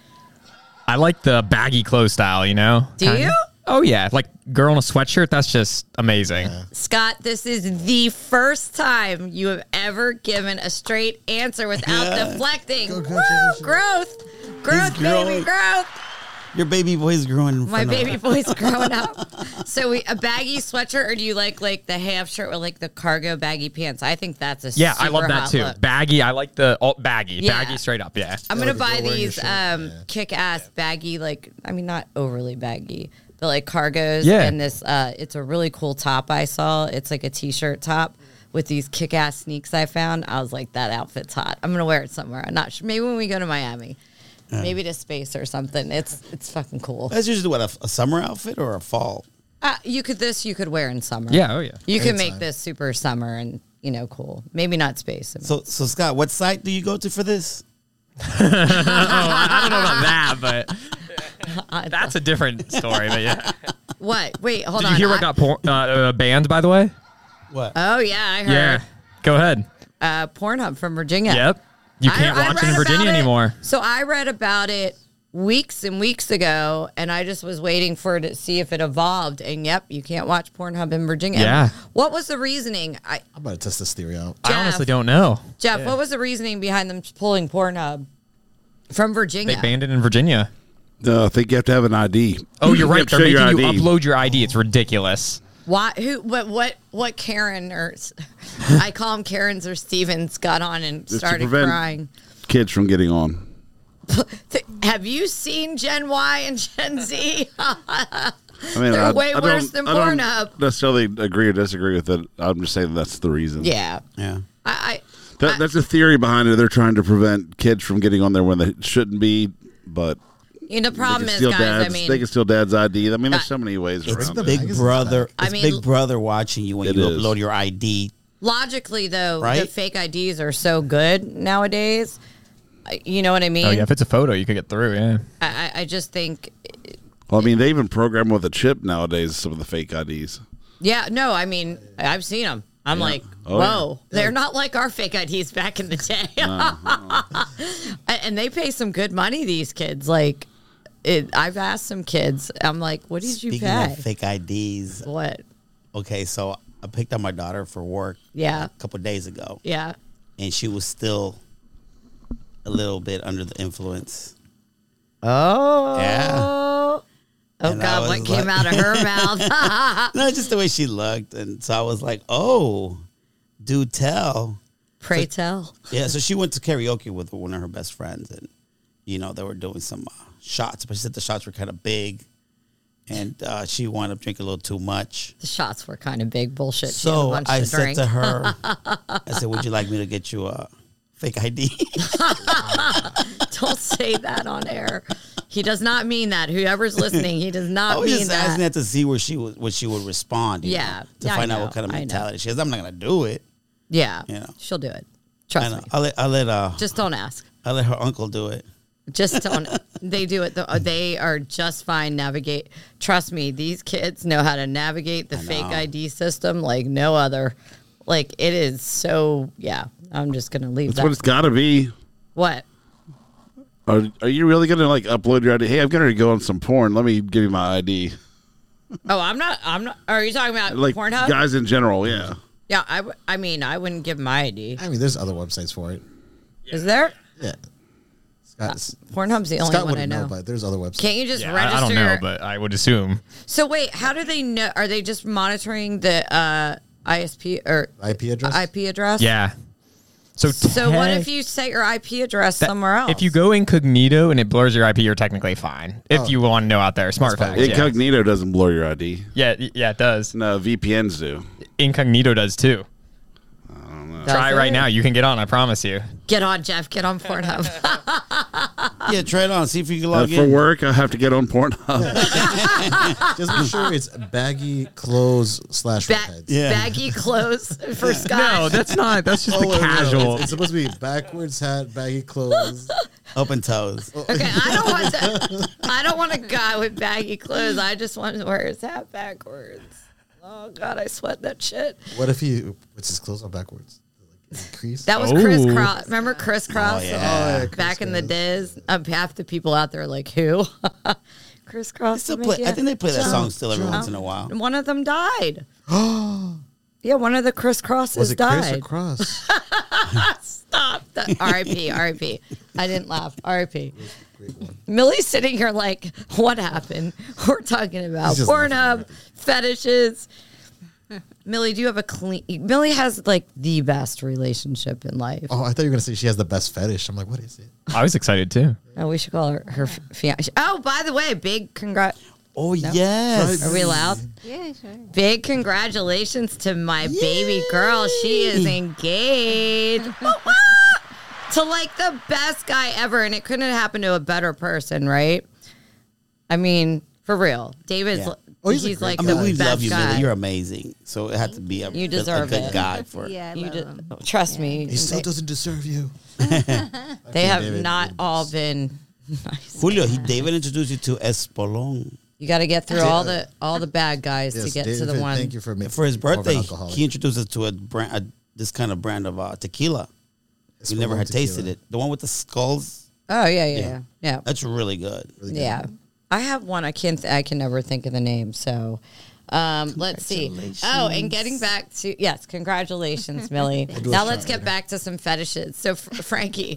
S6: I like the baggy clothes style, you know?
S2: Do you?
S6: Oh, yeah. Like girl in a sweatshirt, that's just amazing.
S2: Scott, this is the first time you have ever given a straight answer without deflecting.
S4: Go, go,
S2: Woo!
S4: go, go, go.
S2: Growth, growth,
S3: growing.
S2: baby, growth.
S3: Your baby boy's growing. In
S2: My
S3: front
S2: baby
S3: Of
S2: boy's
S4: (laughs)
S2: growing up. So, we, a baggy sweatshirt, or do you like like the half shirt with like the cargo baggy pants? I think that's a
S6: Yeah, I
S2: super
S6: love that
S2: hot
S6: too.
S2: look.
S6: Baggy. I like the alt baggy.
S2: Yeah.
S6: Baggy straight up. Yeah.
S2: I'm
S4: Yeah,
S2: gonna
S4: like
S2: buy
S4: if you're wearing your
S2: these
S4: shirt,
S2: um,
S4: yeah.
S2: kick ass baggy, like I mean not overly baggy, but like cargos.
S6: Yeah.
S2: And this, uh, it's a really cool top I saw. It's like a t-shirt top with these kick ass sneaks I found. I was like, that outfit's hot. I'm gonna wear it somewhere. I'm not sure. Maybe when we go to Miami, maybe to space or something. It's it's fucking cool.
S6: Uh,
S3: That's usually what a, a summer outfit or a fall.
S2: Uh, you could this you could wear in summer.
S6: Yeah. Oh, yeah.
S2: You could
S4: Anytime.
S2: make this super summer and you know cool. Maybe not space.
S3: So so Scott, what site do you go to for this?
S6: I don't know
S2: (laughs)
S6: about that, but that's a different story. But yeah.
S2: what? Wait, hold
S6: Did
S2: on.
S6: you hear what
S2: I-
S6: got por- uh, uh, banned, by the way?
S3: What?
S2: Oh yeah, I heard.
S6: Yeah. Go ahead.
S2: uh, Pornhub from Virginia.
S6: Yep. You
S2: I-
S6: can't
S2: I
S6: watch it in
S2: read
S6: Virginia
S2: about it-
S6: anymore.
S2: So I read about it weeks and weeks ago, and I just was waiting for it to see if it evolved. And yep, you can't watch Pornhub in Virginia.
S6: Yeah.
S2: What was the reasoning? I,
S4: I'm about to test this theory out.
S6: I honestly don't know.
S2: Jeff, what was the reasoning behind them pulling Pornhub from
S6: They
S2: Virginia?
S6: banned it in Virginia.
S5: No, I think you have to have an ID.
S6: Oh, you're
S5: have
S6: right.
S5: to
S6: They're
S5: show
S6: making
S5: your
S6: you
S5: ID.
S6: upload your ID. It's ridiculous.
S2: Why? Who? What? What? What? Karen or
S6: (laughs)
S2: s- I call them Karens or Stevens got on and
S5: to
S2: started
S5: prevent-
S2: crying.
S5: Kids from getting on.
S2: Th- Have you seen Gen Y and Gen
S5: (laughs)
S2: Z?
S5: I mean,
S2: They're
S5: I,
S2: way
S5: I
S2: worse
S5: don't-
S2: than
S5: I
S2: Pornhub.
S5: don't necessarily agree or disagree with it. I'm just saying that's the reason.
S2: yeah.
S3: Yeah.
S2: I. I
S5: That, that's a theory behind it. They're trying to prevent kids from getting on there when they shouldn't be, but
S2: You know, the
S5: they
S2: problem
S5: can
S2: is,
S5: steal
S2: guys.
S5: dad's.
S2: I mean,
S5: they can steal dad's ID. I mean,
S2: Uh,
S5: there's so many ways
S4: It's
S5: around
S4: the
S5: it.
S4: big-
S3: Big
S4: Magazine
S3: brother.
S2: I
S3: it's
S2: mean-
S3: Big brother watching you when
S5: It
S3: you
S5: is.
S3: upload your ID.
S2: logically though the
S3: Right?
S2: fake ids are so good nowadays I- you know what i mean
S6: Oh yeah, if it's a photo, you could get through. Yeah.
S2: I, I- I just think
S5: Well, I mean, they even program with a chip nowadays. Some of the fake IDs.
S2: yeah no i mean i've seen them i'm like
S5: Oh, yeah.
S2: whoa they're not like our fake ids back in the day (laughs) And- and they pay some good money these kids like it, i've asked some kids i'm like what did you
S3: Speaking
S2: pay
S3: of fake IDs,
S2: what
S3: okay, so I picked up my daughter for work.
S2: Yeah.
S3: A couple days ago,
S2: yeah
S3: and she was still a little bit under the influence.
S2: oh
S3: Yeah.
S2: oh
S3: And I
S2: god what
S3: was
S2: came
S3: like-
S2: out of
S3: (laughs)
S2: her mouth
S3: No, just the way she looked, and so I was like, "Oh, do tell."
S2: pray tell
S3: Yeah, so she went to karaoke with one of her best friends, and you know they were doing some uh, shots, but she said the shots were kind of big, and uh, she wound up drinking a little too much.
S2: the shots were kind of big bullshit she had a
S3: So
S2: bunch
S3: I
S2: to
S3: said
S2: drink.
S3: to her,
S2: (laughs)
S3: "I said, would you like me to get you a fake (laughs) ID?"
S2: (laughs) Don't say that on air. He does not mean that. Whoever's listening, he does
S3: (laughs) I
S2: not
S3: was
S2: mean
S3: just
S2: that.
S3: asking that to see where she would what she would respond. you
S2: Yeah.
S3: know, to
S2: Yeah, I
S3: find out
S2: know,
S3: what kind of
S2: I know.
S3: mentality she has. I'm not gonna do it.
S2: Yeah.
S3: Yeah.
S2: She'll do it.
S3: I
S2: Trust
S3: know.
S2: me.
S3: I let I let uh
S2: Just don't ask.
S3: I let her uncle
S2: (laughs)
S3: do it.
S2: Just
S3: (laughs)
S2: don't. they do it. The, they are just fine. Navigate. Trust me. These kids know how to navigate the fake ID system like no other. Like it is so. Yeah. I'm just gonna leave
S5: That's what it's
S2: that.
S5: got to be.
S2: What?
S5: Are, are you really going to like upload your ID? Hey, I'm going to go on some porn. Let me give you my ID.
S2: Oh, I'm not. I'm not. Are you talking about
S5: Like
S2: Pornhub?
S5: guys in general, yeah.
S2: Yeah. I. w- I mean, I wouldn't give my ID.
S4: I mean, there's other websites for it.
S2: Is there?
S4: Yeah. Scott's,
S2: Pornhub's the only
S4: Scott
S2: one I
S4: wouldn't
S2: know.
S4: know, but there's other websites.
S2: Can't you just
S6: Yeah,
S2: register?
S6: I, I don't know, but I would assume.
S2: So wait, how do they know? Are they just monitoring the uh, ISP or
S4: IP address?
S2: IP address?
S6: Yeah. So
S2: So what
S6: tech-
S2: if you set your IP address
S6: that-
S2: somewhere else?
S6: If you go incognito and it blurs your IP, you're technically fine. If you want to know out there, smart fact. Yeah.
S5: Incognito doesn't blur your Uh, ID.
S6: yeah, y- yeah, it does.
S5: No, VPNs do.
S6: Incognito does too.
S2: Does
S6: Try
S2: it?
S6: right now. You can get on. I promise you.
S2: Get on, Jeff. Get on Pornhub.
S3: Yeah, try it on. See if you can
S5: Uh,
S3: log
S5: for
S3: in.
S5: work, I have to get on (laughs) Pornhub.
S4: Just
S2: (laughs)
S4: make sure it's baggy clothes slash
S2: Ba-
S4: heads.
S3: Yeah.
S2: Baggy clothes for Scott.
S6: No, that's not.
S2: (laughs)
S6: That's just
S4: Oh,
S6: the
S4: wait, no, it's-
S6: casual.
S4: It's, supposed to be backwards hat,
S2: (laughs)
S4: baggy clothes.
S3: Open toes.
S2: okay, I don't want to. I don't want a guy with baggy clothes. I just want to wear his hat backwards. Oh God, I sweat that shit.
S4: What if he puts his clothes on backwards? Like, crease?
S2: That was
S6: Oh.
S2: Chris Cross. Remember Chris Cross?
S3: Oh, yeah.
S2: Back in the days, um, half the people out there are like who? (laughs) Chris Cross.
S3: Still
S2: to
S3: play,
S2: make
S3: I
S2: it.
S3: think they play that
S2: Jump,
S3: song still every
S2: jump.
S3: once in a while.
S2: And one of them
S3: (gasps)
S2: died. yeah, one of the Chris Crosses
S4: was it Chris or
S2: died. (laughs)
S4: Cross?
S2: Stop.
S3: (laughs)
S2: The, R.I.P. R.I.P. I didn't laugh. R.I.P. Millie's sitting here like, what happened? (laughs) We're talking about
S4: He's just
S2: Pornhub, fetishes. Millie, do you have a clean? Millie has like the best relationship in life.
S4: oh, I thought you were gonna say she has the best fetish. I'm like, what is it?
S6: I was excited too.
S2: Oh, we should call her her fiance. Oh, by the way, big congrats.
S3: Oh yes.
S2: Are we allowed?
S7: Yeah, sure.
S2: Big congratulations to my baby girl. She is
S7: (laughs)
S2: engaged to like the best guy ever, and it couldn't have happened to a better person, right? I mean, for real, David's.
S3: Yeah.
S4: Oh, he's
S2: he's
S4: a great
S2: like
S4: guy.
S3: I mean,
S2: the
S3: we
S2: best
S3: love you,
S2: guy.
S3: Millie. You're amazing. So it had to be a,
S2: You
S3: a-
S2: deserve
S3: a good
S2: it.
S3: guy for
S7: Yeah, I
S2: You
S7: love
S2: just,
S7: him.
S2: trust me.
S4: He still
S2: They,
S4: doesn't deserve you.
S2: (laughs) they have
S4: David.
S2: not all been nice.
S3: Julio. He, David introduced you to Espolón
S2: You got to get through all the all the bad guys to
S4: Yes,
S2: get to
S4: David,
S2: the one.
S4: Thank you for me
S3: for his
S4: more of an
S3: birthday.
S4: alcoholic.
S3: He introduced us to a brand, a, this kind of brand of uh, tequila. We never
S4: Espolón
S3: had tasted
S4: tequila.
S3: it. The one with the skulls.
S2: Oh yeah, yeah, yeah, yeah.
S3: That's really good.
S2: Yeah. I have one. I can't. Th- I can never think of the name. So, um, let's see. Oh, and getting back to yes, congratulations,
S3: (laughs)
S2: Millie. now let's get back to some fetishes. So, Fr- Frankie,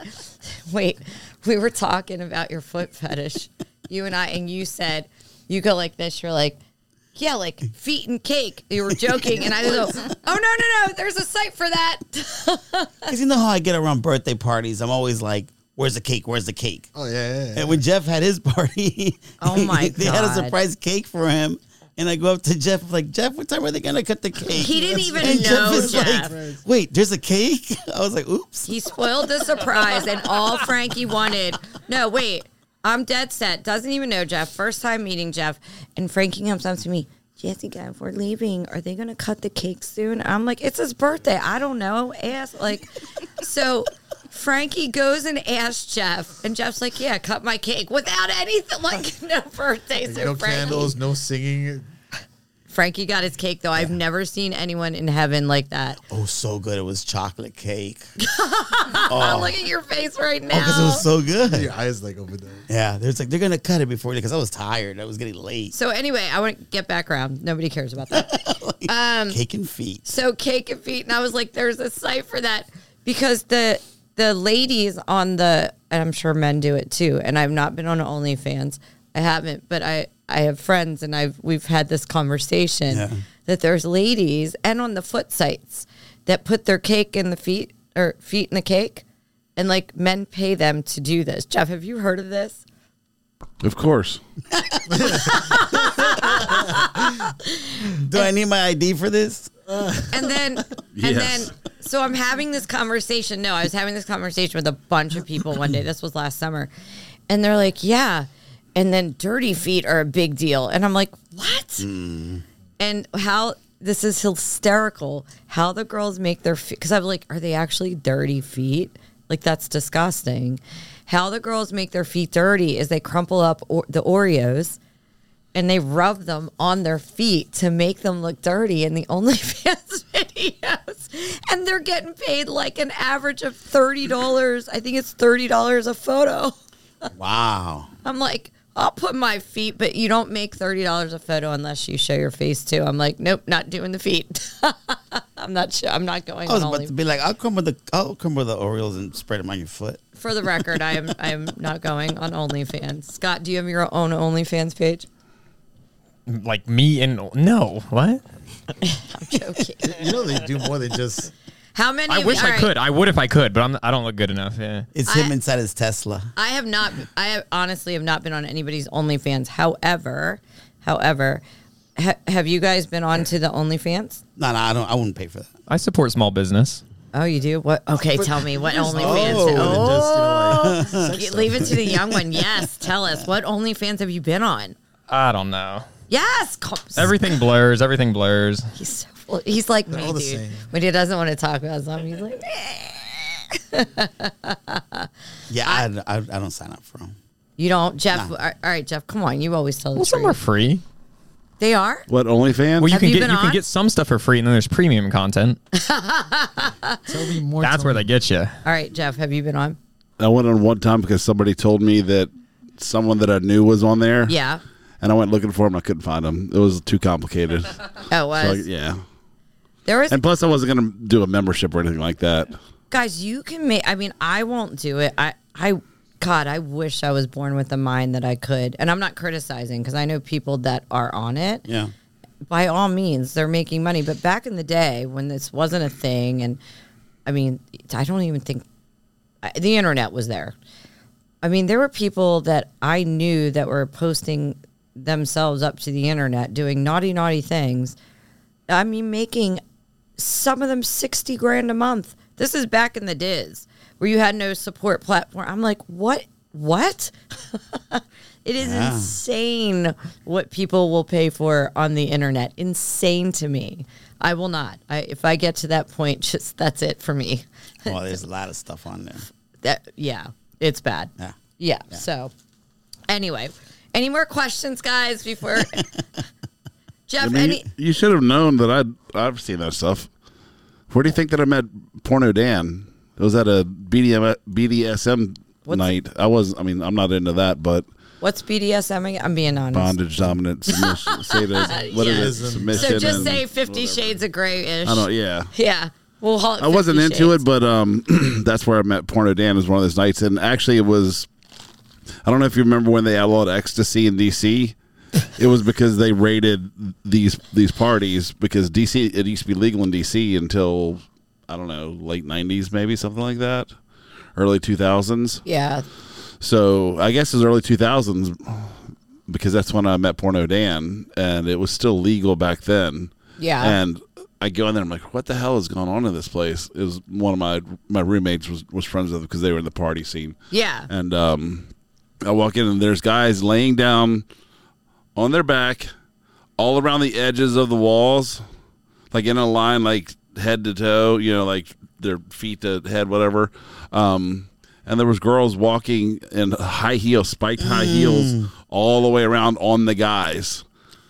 S2: wait, we were talking about your foot fetish, you and I, and you said you go like this. You're like, yeah, like feet and cake. You were joking, and I go, oh
S3: (laughs)
S2: no, no, no. There's a site for that.
S3: Because you know how I get around birthday parties. I'm always like, "Where's the cake? Where's the cake?"
S4: Oh yeah, yeah, yeah.
S3: And when Jeff had his party, (laughs)
S2: Oh, my
S3: they had a
S2: God.
S3: surprise cake for him. And I go up to Jeff, like, Jeff, what time are they gonna cut the cake?
S2: He didn't even know,
S3: and Jeff is
S2: Jeff.
S3: like, wait, there's a cake? (laughs) I was like, oops.
S2: He spoiled the surprise and all Frankie wanted. No, wait. I'm dead set. Doesn't even know Jeff. First time meeting Jeff. And Frankie comes up to me, Jessica, if we're leaving, are they going to cut the cake soon? I'm like, it's his birthday. I don't know. Ask. Like, so Frankie goes and asks Jeff. And Jeff's like, yeah, cut my cake without anything. Like, (laughs) no birthday. So
S4: no
S2: Frankie,
S4: candles, no singing.
S2: Frankie got his cake, though. I've never seen anyone in heaven like that.
S3: Oh, so good. It was chocolate cake.
S2: Oh, look at your face right now.
S3: Because Oh, it was so good.
S4: Your eyes like over there.
S3: Yeah, there's like, they're gonna cut it before, because I was tired. I was getting late.
S2: So anyway, I want to get back around. Nobody cares about that. Um,
S3: cake and feet.
S2: so cake and feet, and I was like, "There's a site for that," because the the ladies on the, and I'm sure men do it too. And I've not been on OnlyFans. I haven't, but I I have friends, and I've we've had this conversation
S3: Yeah.
S2: that there's ladies and on the foot sites that put their cake in the feet or feet in the cake, and like men pay them to do this. Jeff, have you heard of this?
S5: Of course.
S3: Do I need my ID for this?
S2: and then and
S5: Yes.
S2: then so I'm having this conversation. No, I was having this conversation with a bunch of people one day. This was last summer. And they're like, "Yeah." And then dirty feet are a big deal. And I'm like, "What?" And how this is hysterical how the girls make their feet because I'm like, are they actually dirty feet? Like that's disgusting. How the girls make their feet dirty is they crumple up or- the Oreos and they rub them on their feet to make them look dirty in the (laughs) OnlyFans videos. And they're getting paid like an average of $30. I think it's $30 a photo.
S3: Wow.
S2: I'm like, I'll put my feet, but you don't make thirty dollars a photo unless you show your face too. I'm like, nope, not doing the feet. (laughs) I'm not sure. I'm not going.
S3: I was
S2: on
S3: about
S2: only-
S3: to be like, I'll come with the I'll come with the Orioles and spread them on your foot.
S2: (laughs) For the record, I am I am not going on OnlyFans. Scott, do you have your own OnlyFans page?
S6: (laughs) Like me and no, what?
S2: Joking.
S4: You know they do more than just.
S2: How many?
S6: I
S2: of-
S6: wish
S2: all
S6: I
S2: right.
S6: could. I would if I could, but I'm, I don't look good enough. Yeah.
S3: It's him inside his Tesla.
S2: I have not. I have, honestly have not been on anybody's OnlyFans. However, however, ha- have you guys been on to the OnlyFans?
S3: No, no, I don't. I wouldn't pay for that.
S6: I support small business.
S2: Oh, you do? What? Okay, tell me what OnlyFans.
S4: more than
S2: Oh,
S4: just, you know, like, sex
S2: Get-
S4: stuff.
S2: Leave it to the young one. Yes, tell us what OnlyFans have you been on?
S6: I don't know.
S2: Yes, com-
S6: Everything blurs. Everything blurs.
S2: he's so full. he's like me,
S4: all the
S2: dude.
S4: same.
S2: When he doesn't want to talk about something, he's like, "Eh."
S3: Yeah, I, I, I don't sign up for them.
S2: "You don't, Jeff." All right, Jeff, come on. You always tell the
S6: Well, some are
S2: truth.
S6: free.
S2: They are.
S5: What OnlyFans?
S6: Well, you
S2: Have
S6: can
S2: you
S6: get
S2: been
S6: you
S2: on?
S6: can get some stuff for free, and then there's premium content.
S4: Tell me more.
S6: That's
S4: tell
S6: where
S4: me
S6: they get you.
S2: All right, Jeff, have you been on?
S5: I went on one time because somebody told me that someone that I knew was on there.
S2: Yeah.
S5: And I went looking for him. I couldn't find him. It was too
S2: (laughs)
S5: complicated.
S2: Oh, it
S5: So,
S2: was
S5: yeah.
S2: there was
S5: And plus, I wasn't going to do a membership or anything like that.
S2: guys you can make i mean i won't do it i i god i wish i was born with a mind that i could and i'm not criticizing because i know people that are on it
S3: Yeah.
S2: by all means they're making money but back in the day when this wasn't a thing and i mean i don't even think I- the internet was there i mean there were people that i knew that were posting themselves up to the internet doing naughty naughty things i mean making some of them 60 grand a month this is back in the days where you had no support platform i'm like what what (laughs) it is insane what people will pay for on the internet. Insane to me. I will not. I, if I get to that point, (laughs) just that's it for me.
S3: Well, there's a lot of stuff on there.
S2: That yeah, it's bad.
S3: Yeah.
S2: Yeah. So anyway, any more questions, guys? Before Jeff,
S5: I mean,
S2: any
S5: you, you should have known that I'd, I've seen that stuff. Where do you think that I met Porno Dan? It was at a BDM, BDSM
S2: What's-
S5: night. I was, I mean, I'm not into that, but
S2: what's BDSM again? I'm being honest. (laughs)
S5: bondage, dominance, submission. say this, what is
S4: Yes.
S5: it?
S2: Uh, so
S5: Submission.
S2: just
S5: and
S2: say Fifty
S5: whatever.
S2: Shades of Grey ish.
S5: I
S2: (laughs)
S5: don't, yeah.
S2: Yeah. Well,
S5: I wasn't into it, but um, (clears throat) that's where I met Porno Dan. Was one of those nights, and actually, it was. I don't know if you remember when they outlawed ecstasy in
S2: (laughs)
S5: DC. it was because they raided these these parties because DC it used to be legal in DC until I don't know late nineties maybe something like that, early two thousands.
S2: yeah.
S5: So I guess it was early two thousands because that's when I met Porno Dan, and it was still legal back then.
S2: Yeah.
S5: And I go in there, I'm like, what the hell is going on in this place? It was one of my my roommates was was friends with because they were in the party scene,
S2: Yeah.
S5: and um, I walk in and there's guys laying down on their back, all around the edges of the walls, like in a line, like head to toe, you know, like their feet to head, whatever. Um, and there was girls walking in high heels, spiked high heels, all the way around on the guys.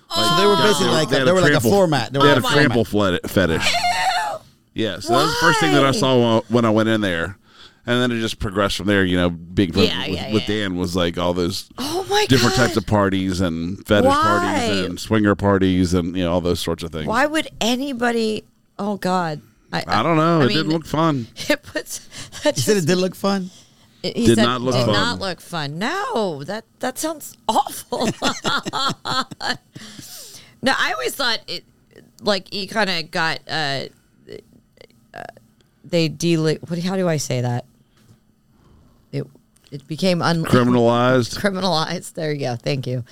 S3: So they were basically like
S5: had
S3: they were like a
S5: trample-
S3: floor mat. They
S5: They,
S3: were
S5: had
S3: like
S5: a
S3: a floor
S5: trample
S3: mat.
S5: flet- fetish.
S2: Oh,
S5: Yeah, so that was the first thing that I saw when I went in there, and then it just progressed from there. You know, big with,
S2: Yeah, yeah,
S5: with
S2: yeah.
S5: Dan was like all those
S2: Oh my
S5: different
S2: God.
S5: types of parties and fetish
S2: Why?
S5: parties and swinger parties and you know all those sorts of things.
S2: Why would anybody? Oh God,
S5: I don't know.
S2: I
S5: it
S2: mean,
S5: didn't look fun.
S2: (laughs) It puts. That
S3: (laughs) You
S2: just,
S3: said it did look (laughs) fun.
S2: he
S5: did
S2: said,
S5: not look
S2: did
S5: fun.
S2: not look fun. No, that that sounds awful. (laughs) no, I always thought it like he kind of got. Uh, uh, they dele. What? How do I say that? It it became un-
S5: Criminalized.
S2: (laughs) criminalized. There you go. Thank you.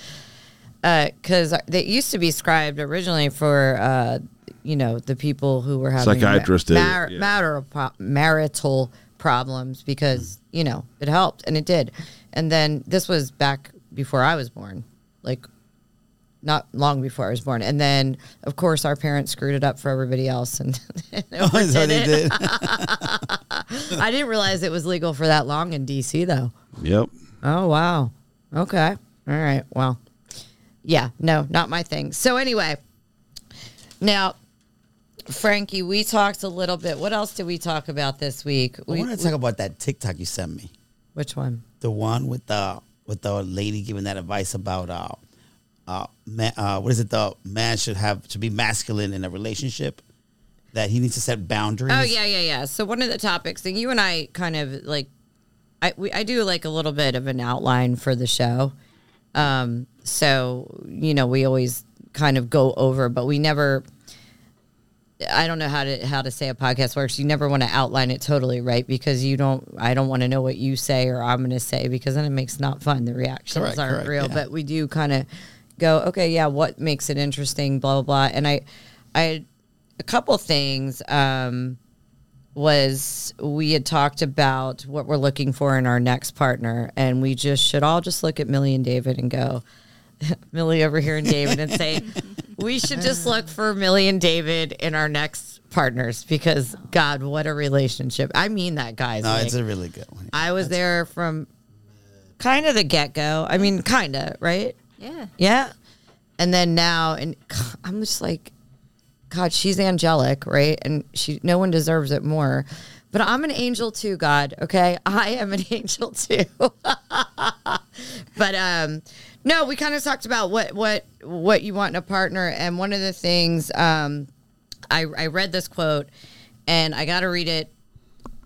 S2: Because they used to be scribed originally for, uh, you know, the people who were having
S5: Psychiatrists did it,
S2: mar-
S5: yeah.
S2: matter of pro- marital problems because you know it helped and it did. And then this was back before I was born, like not long before I was born. And then, of course, our parents screwed it up for everybody else, (laughs) and, and
S3: (laughs) Is that what
S2: overdid
S3: they
S2: it.
S3: did?
S2: I didn't realize it was legal for that long in DC, though.
S5: Yep.
S2: Oh wow. Okay. All right. Well. Yeah. No, not my thing. So anyway, now, Frankie, we talked a little bit. What else did we talk about this week?
S3: I
S2: We-
S3: want to talk about that TikTok you sent me.
S2: which one?
S3: The one with the with the lady giving that advice about uh uh, man, uh what is it? The man should have to be masculine in a relationship. That he needs to set boundaries.
S2: Oh yeah, yeah, yeah. So one of the topics, and you and I kind of like, I we, I do like a little bit of an outline for the show. Um, so you know, we always kind of go over, but we never. I don't know how to how to say a podcast works. You never want to outline it totally, right? Because you don't. I don't want to know what you say or I'm going to say because then it makes not fun. The reactions
S3: Correct,
S2: aren't
S3: correct,
S2: real,
S3: yeah.
S2: but we do kind of go, okay, yeah, what makes it interesting, blah blah blah. And I, I, a couple things. Um, was we had talked about what we're looking for in our next partner, and we just should all just look at Millie and David and go, (laughs) Millie over here and David, and say, we should just look for Millie and David in our next partners because God, what a relationship! I mean that, guys.
S3: no,
S2: Like,
S3: it's a really good one.
S2: I was there from kind of the get go. I mean, kind of right.
S7: Yeah.
S2: (laughs) Yeah. And then now, and (sighs) I'm just like, God, she's angelic, right? And she, no one deserves it more. But I'm an angel too, God. Okay, (laughs) I am an angel too. but um, no, we kind of talked about what what what you want in a partner, and one of the things um, I I read this quote, and I got to read it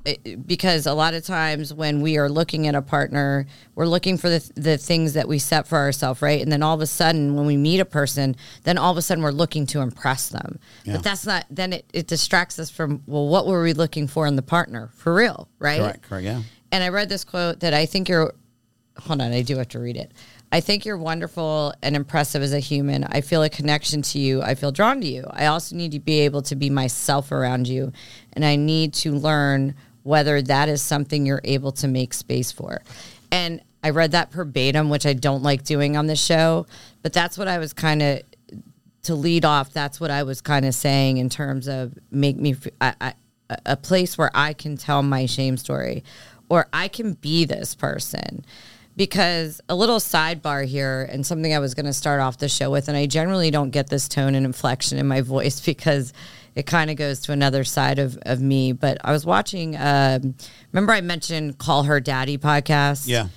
S2: eh, because a lot of times when we are looking at a partner, we're looking for the, the things that we set for ourselves, right? And then all of a sudden, when we meet a person, then all of a sudden we're looking to impress them.
S3: Yeah.
S2: But that's not, then it, it distracts us from, well, what were we looking for in the partner for real, right?
S3: Correct, correct, yeah.
S2: And I read this quote that I think you're, hold on, I do have to read it. I think you're wonderful and impressive as a human. I feel a connection to you. I feel drawn to you. I also need to be able to be myself around you. And I need to learn whether that is something you're able to make space for. And I read that verbatim, which I don't like doing on the show, but that's what I was kind of to lead off, that's what I was kind of saying in terms of make me f- I- I- a place where I can tell my shame story or I can be this person. Because a little sidebar here and something I was going to start off the show with, and I generally don't get this tone and inflection in my (laughs) voice because it kind of goes to another side of, of me. But I was watching, um, remember I mentioned Call Her Daddy podcast?
S3: Yeah.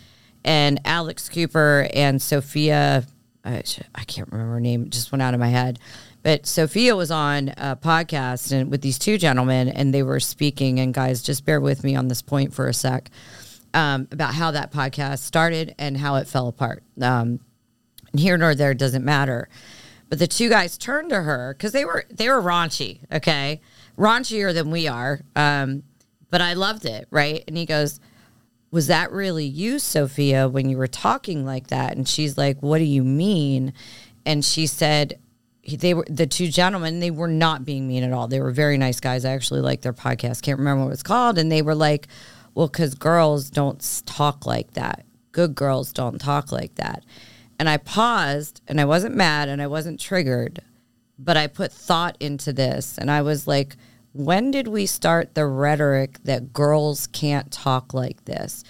S2: and Alex Cooper and Sophia. I, sh- I can't remember her name; it just went out of my head. But Sophia was on a podcast and with these two gentlemen, and they were speaking. And guys, just bear with me on this point for a sec um, about how that podcast started and how it fell apart. Um, here nor there doesn't matter. But the two guys turned to her because they were they were raunchy, okay, raunchier than we are. Um, but I loved it, right? And he goes, was that really you, Sophia, when you were talking like that? And she's like, what do you mean? And she said, they were the two gentlemen, they were not being mean at all. They were very nice guys. I actually like their podcast. Can't remember what it's called. And they were like, well, because girls don't s- talk like that. Good girls don't talk like that. And I paused and I wasn't mad and I wasn't triggered but I put thought into this and I was like, when did we start the rhetoric that girls can't talk like this?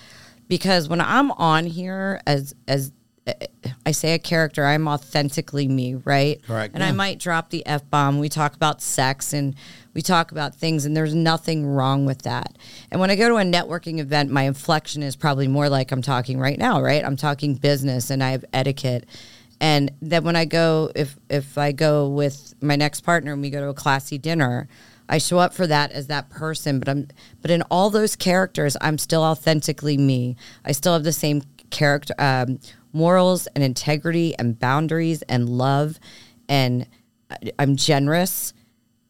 S2: Because when I'm on here as as eh, I say a character, I'm authentically me, right?
S3: Correct,
S2: And I
S3: yeah.
S2: might drop the F bomb. We talk about sex and we talk about things and there's nothing wrong with that. And when I go to a networking event, my inflection is probably more like I'm talking right now, right? I'm talking business and I have etiquette and then when I go, if if I go with my next partner and we go to a classy dinner, I show up for that as that person. But I'm but in all those characters, I'm still authentically me. I still have the same character, um, morals and integrity and boundaries and love, and I- I'm generous.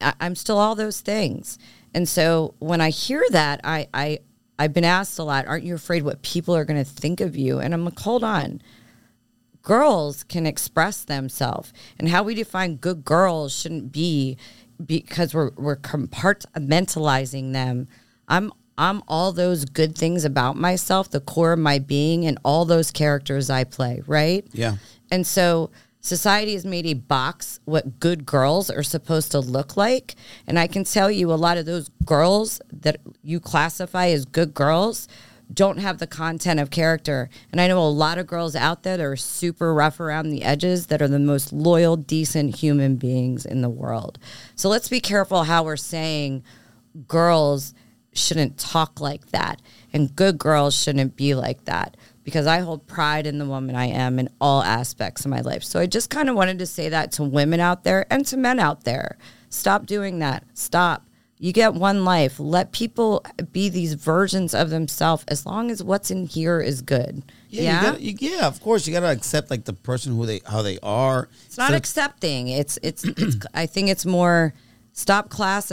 S2: I, I'm still all those things. And so when I hear that, I, I I've been asked a lot, aren't you afraid what people are going to think of you? And I'm like, hold on girls can express themselves and how we define good girls shouldn't be because we're we're compartmentalizing them i'm i'm all those good things about myself the core of my being and all those characters i play right
S3: Yeah.
S2: and so Society has made a box what good girls are supposed to look like. And I can tell you a lot of those girls that you classify as good girls don't have the content of character. And I know a lot of girls out there that are super rough around the edges that are the most loyal, decent human beings in the world. So let's be careful how we're saying girls shouldn't talk like that and good girls shouldn't be like that because I hold pride in the woman I am in all aspects of my life. So I just kind of wanted to say that to women out there and to men out there. Stop doing that. Stop. You get one life. Let people be these versions of themselves as long as what's in here is good. Yeah.
S3: Yeah, You gotta, you, yeah. Of course, you gotta accept like the person who they how they are.
S2: it's not accepting. It's, it's it's I think it's more stop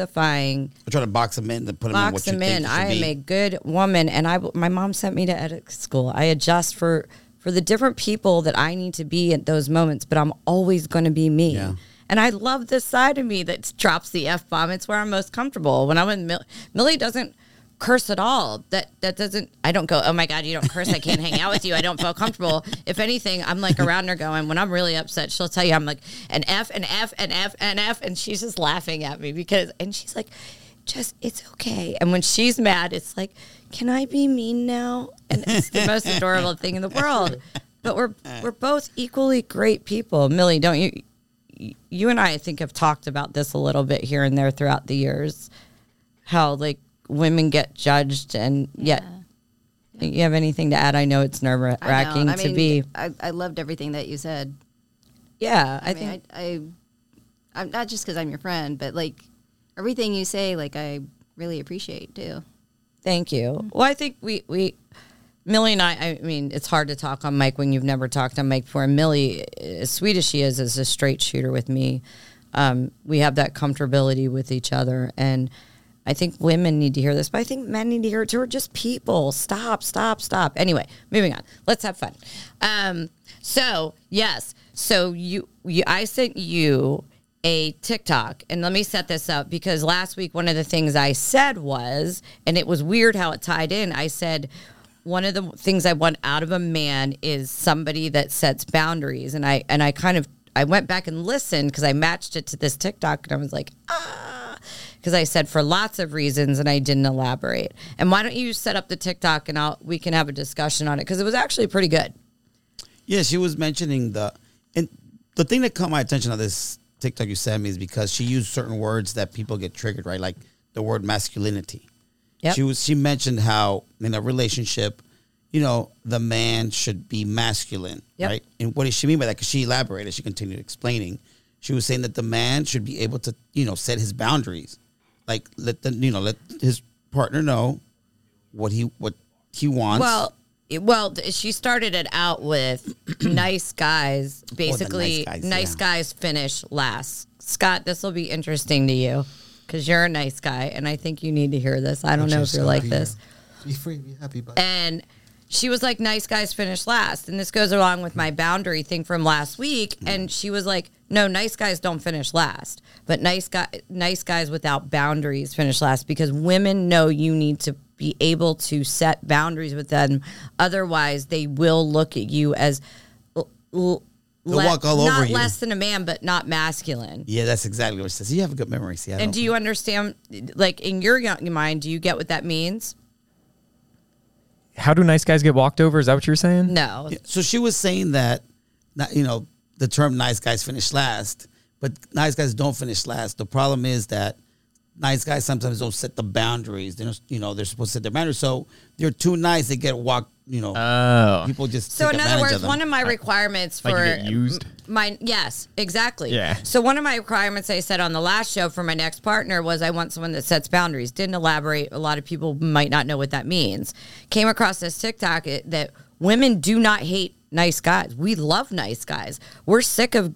S2: classifying
S3: trying to box them in to put them in
S2: box
S3: what you
S2: them
S3: think
S2: in.
S3: they should
S2: I am
S3: be.
S2: a good woman, and I my mom sent me to edit school. I adjust for for the different people that I need to be at those moments, but I'm always going to be me.
S3: Yeah.
S2: And I love this side of me that drops the f bomb. It's where I'm most comfortable. When I'm in Mill- Millie doesn't curse at all. That that doesn't. I don't go. Oh my god, you don't curse. I can't hang out with you. I don't feel comfortable. If anything, I'm like around her going. When I'm really upset, she'll tell you I'm like an f an f an f an f, and she's just laughing at me because and she's like, just it's okay. And when she's mad, it's like, can I be mean now? And it's the most adorable thing in the world. But we're we're both equally great people. Millie, don't you? You and I, I think, have talked about this a little bit here and there throughout the years. How like women get judged, and yet you have anything to add? I know it's nerve
S8: I know.
S2: wracking
S8: I
S2: to
S8: mean,
S2: be.
S8: I, I loved everything that you said.
S2: Yeah, I,
S8: I,
S2: think
S8: mean, I, I, I'm not just because I'm your friend, but like everything you say, like I really appreciate too.
S2: Thank you. Well, I think we we Millie and I. I mean, it's hard to talk on Mike when you've never talked on Mike before. And Millie, as sweet as she is, is a straight shooter with me. Um, we have that comfortability with each other, and I think women need to hear this, but I think men need to hear it too. We're just people. Stop, stop, stop. Anyway, moving on. Let's have fun. Um, so yes, so you, you, I sent you a TikTok. And let me set this up because last week, one of the things I said was, and it was weird how it tied in, I said, one of the things I want out of a man is somebody that sets boundaries. And I, and I kind of, I went back and listened because I matched it to this TikTok and I was like, ah, because I said for lots of reasons and I didn't elaborate. And why don't you set up the TikTok and I'll, we can have a discussion on it because it was actually pretty good.
S3: Yeah, she was mentioning the and the thing that caught my attention on this TikTok you sent me is because she used certain words that people get triggered, right? Like the word masculinity.
S2: Yep.
S3: She was she mentioned how in a relationship, you know, the man should be masculine,
S2: Yep.
S3: right? And what does she mean by that? Because she elaborated, she continued explaining. She was saying that the man should be able to, you know, set his boundaries, like let the you know let his partner know what he what he wants.
S2: Well, it- well, th- she started it out with (clears throat) nice guys. Basically,
S3: guys,
S2: nice, guys,
S3: yeah.
S2: finish last. Scott, this will be interesting to you because you're a nice guy, and I think you need to hear this. I don't know if you're like this.
S4: Be free, be happy, but
S2: And she was like, nice guys finish last. And this goes along with my boundary thing from last week.
S3: Mm-hmm.
S2: And she was like, no, nice guys don't finish last, but nice guy, nice guys without boundaries finish last because women know you need to be able to set boundaries with them. Otherwise, they will look at you as l- l-
S3: They'll walk all
S2: not
S3: over you.
S2: less than a man, but not masculine.
S3: yeah, that's exactly what she says. You have a good memory, see. I
S2: And
S3: don't-
S2: do you understand, like in your young mind, do you get what that means?
S6: How do nice guys get walked over? Is that what you're saying?
S2: No.
S3: So she was saying that, not, you know, the term "nice guys finish last," but nice guys don't finish last. The problem is that nice guys sometimes don't set the boundaries. They don't, you know, they're supposed to set their boundaries. So they're too nice; they get walked. You know,
S6: Oh.
S3: people just
S2: So
S3: take
S2: in other
S3: advantage
S2: words,
S3: of them.
S2: one of my requirements for
S6: Like you get used?
S2: my yes, exactly.
S6: Yeah.
S2: So one of my requirements I said on the last show for my next partner was I want someone that sets boundaries. Didn't elaborate. A lot of people might not know what that means. Came across this TikTok it- that women do not hate nice guys. We love nice guys. We're sick of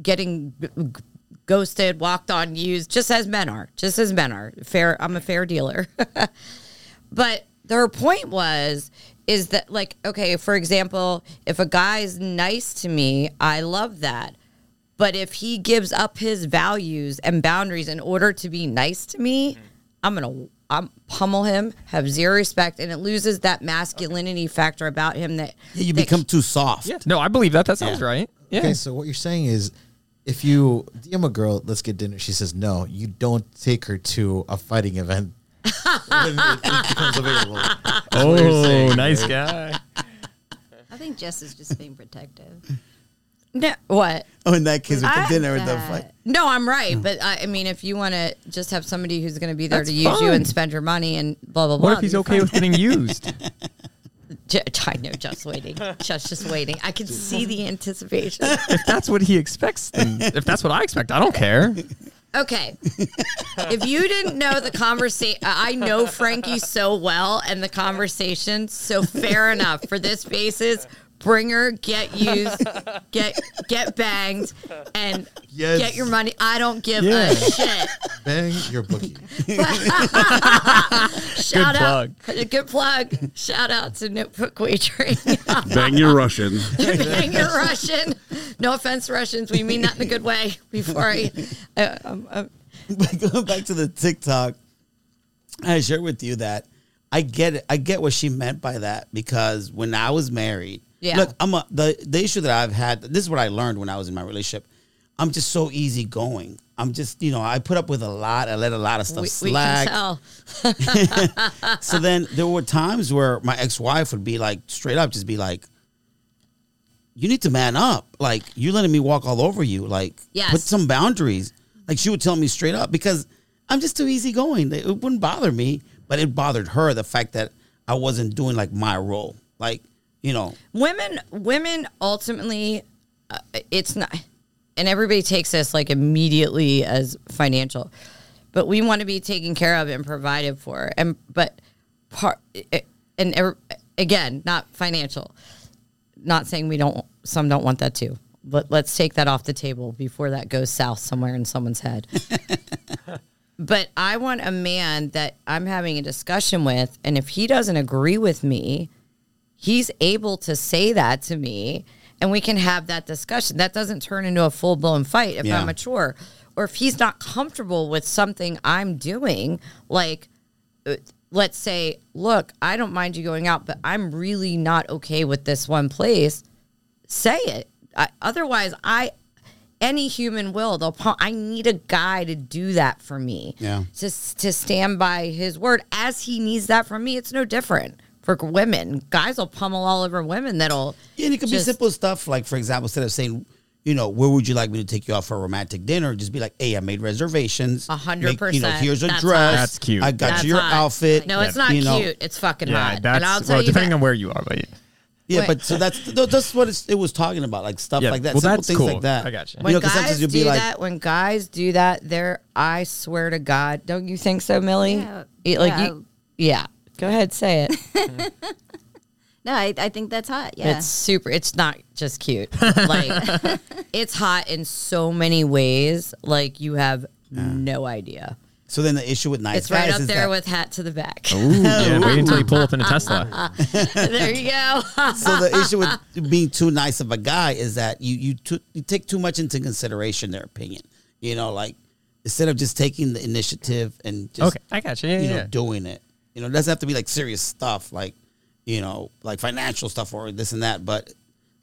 S2: getting g- g- ghosted, walked on, used, just as men are. Just as men are. Fair. I'm a fair dealer. (laughs) but their point was is that like okay for example if a guy's nice to me i love that but if he gives up his values and boundaries in order to be nice to me
S6: Mm-hmm.
S2: i'm gonna I'm, pummel him have zero respect and it loses that masculinity factor about him that
S3: Yeah, you
S2: that
S3: become too soft.
S6: Yeah. No, I believe that. That sounds
S3: Yeah.
S6: right. Yeah.
S4: Okay, so what you're saying is, if you DM a girl, let's get dinner, she says no, you don't take her to a
S2: (laughs)
S4: fighting event. when it becomes available. what you're
S6: Oh,
S4: saying,
S6: nice guy.
S8: I think Jess is just being protective.
S2: No, what?
S3: (laughs) Oh, in that case, with the
S2: I-
S3: dinner with the
S8: that-
S3: fight.
S2: No, I'm right. But I, I mean, if you want to just have somebody who's going to be there
S6: That's
S2: to use you
S6: fine.
S2: and spend your money and blah, blah, blah.
S6: What if he's
S2: you're
S6: okay
S2: fine.
S6: with getting used?
S2: Ju- (laughs) I know, just waiting. Just, just waiting. I can see the anticipation.
S6: if that's what he expects, then if that's what I expect, I don't care.
S2: Okay. if you didn't know the conversation, I know Frankie so well and the conversation. So fair enough for this basis. Bring her, get used, get get banged, and
S4: Yes.
S2: get your money. I don't give
S6: Yeah.
S2: a shit.
S4: Bang your bookie.
S2: Shout
S6: Good
S2: out, good plug. Shout out to Notebook Wagering. (laughs)
S5: Bang your Russian.
S2: Dang you Russian. No offense, Russians. We mean that in a good way. (laughs) Before I, uh, um, um,
S3: (laughs) But going back to the TikTok, I share with you that I get it. I get what she meant by that because when I was married,
S2: Yeah.
S3: look, I'm a, the the issue that I've had. This is what I learned when I was in my relationship. I'm just so easygoing. I'm just you know I put up with a lot. I let a lot of stuff
S2: we, we can
S3: slack.
S2: tell.
S3: so
S2: Uh,
S3: then there were times where my ex-wife would be like straight up just be like you need to man up like you're letting me walk all over you like
S2: Yes.
S3: put some boundaries like she would tell me straight up because i'm just too easygoing it wouldn't bother me but it bothered her the fact that i wasn't doing like my role like you know
S2: women women ultimately uh, it's not and everybody takes this like immediately as financial but we want to be taken care of and provided for and but part eh, and ev- again not financial not saying we don't some don't want that too but let's take that off the table before that goes south somewhere in someone's head but I want a man that I'm having a discussion with, and if he doesn't agree with me, he's able to say that to me, and we can have that discussion. That doesn't turn into a full blown fight if
S3: Yeah.
S2: I'm mature, or if he's not comfortable with something I'm doing, like uh, let's say, look, I don't mind you going out, but I'm really not okay with this one place. Say it. I, otherwise, I any human will. They'll. pump- I need a guy to do that for me.
S3: Yeah.
S2: To s- to stand by his word as he needs that from me. It's no different for g- women. Guys will pummel all over women. That'll.
S3: Yeah, and it could
S2: just-
S3: be simple stuff. Like, for example, instead of saying, you know, where would you like me to take you out for a romantic dinner? Just be like, hey, I made reservations.
S2: A hundred
S3: Make- You know,
S2: percent.
S3: here's a
S2: That's
S3: dress.
S2: hot.
S6: That's cute.
S3: I got
S2: That's
S3: you your
S2: hot.
S3: outfit.
S2: No, it's not
S3: You know,
S2: cute. It's fucking
S6: Yeah,
S2: hot. And I'll
S6: that's
S2: tell
S6: well,
S2: you
S6: depending
S2: that-
S6: on where you are, but yeah.
S3: Yeah,
S2: Wait.
S3: but so that's th- that's what it's, it was talking about, like stuff
S6: Yeah,
S3: like that,
S6: well,
S3: simple
S6: that's
S3: things
S6: cool.
S3: like that.
S6: I gotcha.
S2: When
S3: You know, 'cause
S2: guys
S3: sometimes
S2: do
S3: you'll be like,
S2: that, when guys do that, there, I swear to God, don't you think so, Millie?
S8: Yeah,
S2: It- like,
S8: yeah.
S2: You, yeah. Go ahead, say it.
S8: No, I, I think that's hot. Yeah.
S2: It's super. It's not just cute. Like, it's hot in so many ways. Like, you have no idea.
S3: so then the issue with nice
S2: It's right
S3: guys
S2: up
S3: is
S2: there
S3: that-
S2: with hat to the back.
S6: yeah. Wait until you pull up in a Tesla.
S2: (laughs) there you go.
S3: so the issue
S2: (laughs)
S3: with being too nice of a guy is that you you, too, you take too much into consideration their opinion. You know, like instead of just taking the initiative and just
S6: Okay, I got you. Yeah,
S3: you know,
S6: yeah.
S3: doing it. You know, it doesn't have to be like serious stuff, like you know, like financial stuff or this and that, but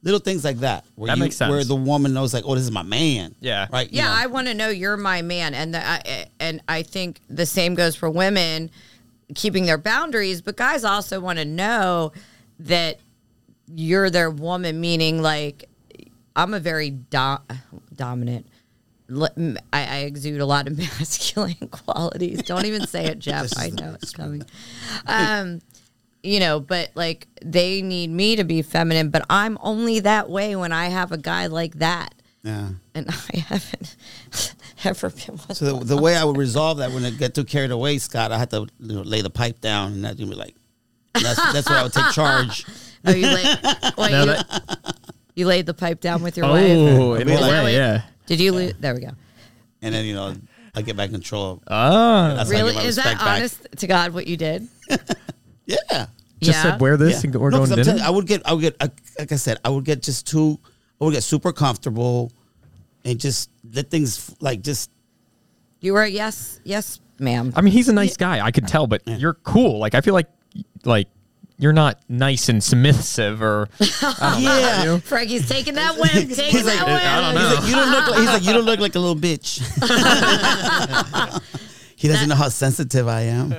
S3: little things like that, where
S6: That
S3: you,
S6: makes sense.
S3: where the woman knows, like, oh, this is my man.
S6: Yeah.
S3: right. you
S2: yeah,
S3: know.
S2: I want to know you're my man, and the, I, and I think the same goes for women keeping their boundaries, but guys also want to know that you're their woman. Meaning, like I'm a very do- dominant. le- m- I, I exude a lot of (laughs) masculine qualities. Don't even say
S3: (laughs)
S2: it, Jeff. I know it's coming. Um, you know, but like they need me to be feminine, but I'm only that way when I have a guy like that
S3: yeah.
S2: and (laughs) I haven't ever been one.
S3: So the, the way I would resolve that when I get too carried away, Scott, I had to you know, lay the pipe down, and that's gonna be like, that's that's where I would take charge.
S2: oh, you (laughs) laid, wait,
S6: No,
S2: you,
S6: that-
S2: you laid the pipe down with your wife.
S6: Oh, in
S3: Wait,
S6: what
S3: wait,
S6: way?
S2: wait.
S6: Yeah.
S2: Did you lose? There we go.
S3: and then you know I get back in control.
S6: Oh,
S3: That's how I get
S2: Really?
S3: my
S2: Is that
S3: respect back.
S2: honest to God what you did?
S3: Yeah.
S6: just
S2: yeah.
S6: said wear this and go- we're
S3: No, 'cause
S6: going
S3: I'm
S6: dinner.
S3: telling you, I would get, I would get, I- like I said, I would get just too, I would get super comfortable, and just let things like just
S2: you were a yes, yes, ma'am.
S6: I mean, he's a nice guy. I could tell, but you're cool. Like I feel like like you're not nice and submissive or
S3: yeah.
S2: Frankie's taking
S6: (laughs)
S2: that win. Taking
S3: like,
S2: that win.
S6: I don't
S3: He's
S6: know.
S3: like, you don't look. Like, he's like, you don't look like a
S2: (laughs)
S3: little bitch. (laughs) he doesn't know how sensitive I am.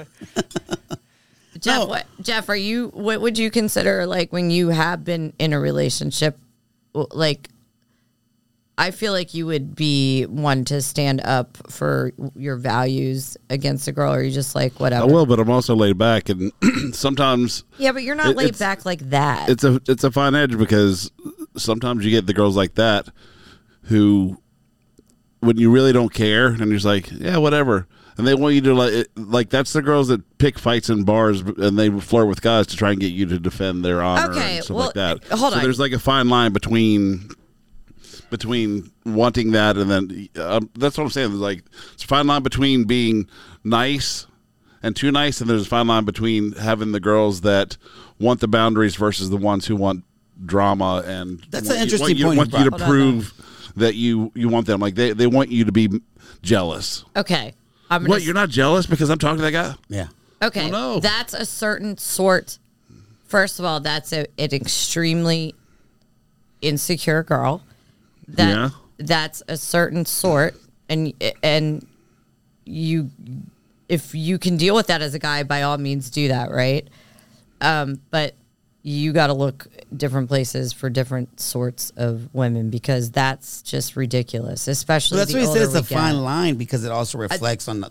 S2: Jeff,
S3: No.
S2: what, Jeff, are you? What would you consider like when you have been in a relationship? w- Like, I feel like you would be one to stand up for your values against a girl, or you just like
S5: I
S2: whatever.
S5: will, but I'm also laid back, and (clears throat) sometimes
S2: yeah, but you're not
S5: It-
S2: laid
S5: it's-
S2: back like that.
S5: it's a it's a fine edge because sometimes you get the girls like that who when you really don't care and you're just like yeah whatever and they want you to like it- like that's the girls that pick fights in bars and they flirt with guys to try and get you to defend their honor
S2: Okay,
S5: and stuff
S2: well,
S5: like that
S2: hold
S5: so
S2: on.
S5: there's like a fine line between between wanting that and then um, that's what I'm saying there's like it's a fine line between being nice and too nice, and there's a fine line between having the girls that want the boundaries versus the ones who want drama and
S3: That's
S5: want
S3: an
S5: you- want
S3: interesting
S5: you,
S3: point you
S5: Want you to
S2: brought up.
S5: prove that you you want them like they, they want you to be jealous.
S2: okay, I'm gonna
S5: What you're not jealous because I'm talking to that guy?
S3: Yeah.
S2: Okay,
S5: Well, no.
S2: that's a certain sort. First of all, that's a, an extremely insecure girl. That
S5: Yeah.
S2: that's a certain sort, and and you, if you can deal with that as a guy, by all means do that, right? Um, but you got to look different places for different sorts of women because that's just ridiculous, especially.
S3: So that's
S2: the
S3: why he said
S2: older we
S3: it's a
S2: get.
S3: fine line because it also reflects on the.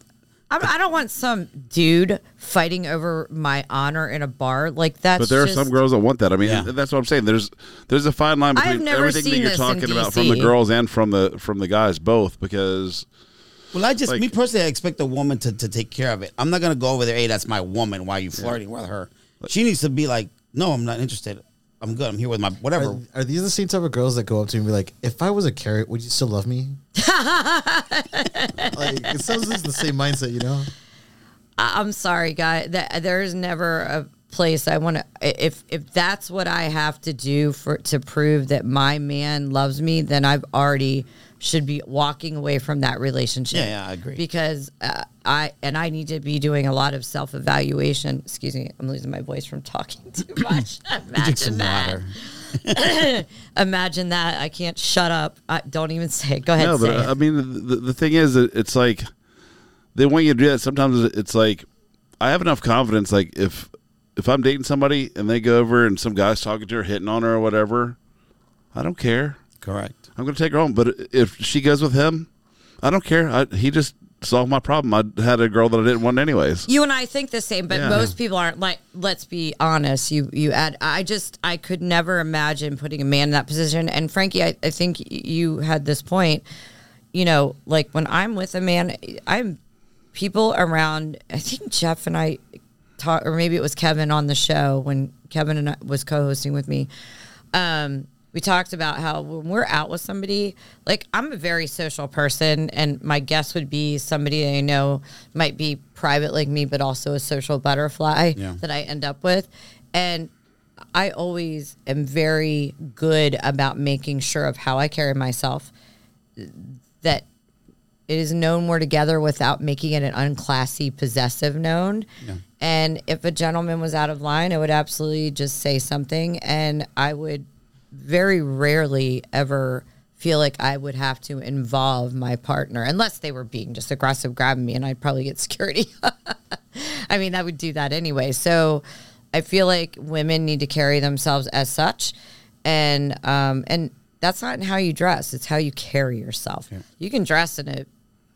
S2: I'm, I don't want some dude fighting over my honor in a bar like that's.
S5: But there
S2: just-
S5: are some girls that want that. I mean,
S3: Yeah.
S5: that's what I'm saying. There's there's a fine line
S2: I've
S5: between
S2: never
S5: everything that
S2: seen
S5: you're
S2: this in
S5: talking about
S2: DC.
S5: from the girls and from the from the guys both because
S3: Well, I just
S5: Like-
S3: me personally, I expect a woman to, to take care of it. I'm not gonna go over there. Hey, that's my woman. Why are you flirting with her? She needs to be like, no, I'm not interested. I'm good. I'm here with my whatever.
S4: Are, are these the same type of girls that go up to me and be like, if I was a carrot, would you still
S2: (laughs)
S4: love me? like, it sounds like the same mindset, you know?
S2: I- I'm sorry, guy. That there's never a place I want to. If if that's what I have to do for to prove that my man loves me, then I've already should be walking away from that relationship.
S3: Yeah, yeah, I agree.
S2: Because uh, I and I need to be doing a lot of self evaluation. Excuse me, I'm losing my voice from talking
S3: (laughs)
S2: too much. Imagine that. (laughs) Imagine that. I can't shut up. I, don't even say it. Go ahead.
S5: no,
S2: say
S5: but uh,
S3: uh,
S2: it.
S5: I mean, the, the thing is, that it's like they want you to do that. Sometimes it's like I have enough confidence. Like if if I'm dating somebody and they go over and some guy's talking to her, hitting on her or whatever, I don't care.
S3: Correct.
S5: I'm going to take her home. But if she goes with him, I don't care. I, he just solved my problem. I had a girl that I didn't want anyways.
S2: you and I think the same, but
S5: Yeah.
S2: most people aren't like let's be honest. You you add I just I could never imagine putting a man in that position. And Frankie, I, I think y- you had this point. You know, like when I'm with a man, I'm people around I think Jeff and I talked or maybe it was Kevin on the show when Kevin and I was co hosting with me. Um we talked about how when we're out with somebody, like I'm a very social person, and my guess would be somebody I know might be private like me, but also a social butterfly
S3: Yeah.
S2: that I end up with. And I always am very good about making sure of how I carry myself, that it is known we're together without making it an unclassy, possessive known. And if a gentleman was out of line, I would absolutely just say something. And I would very rarely ever feel like I would have to involve my partner unless they were being just aggressive, grabbing me, and I'd probably get (laughs) security. I mean, I would do that anyway. So I feel like women need to carry themselves as such, and um, and that's not in how you dress; it's how you carry yourself. You can dress in a,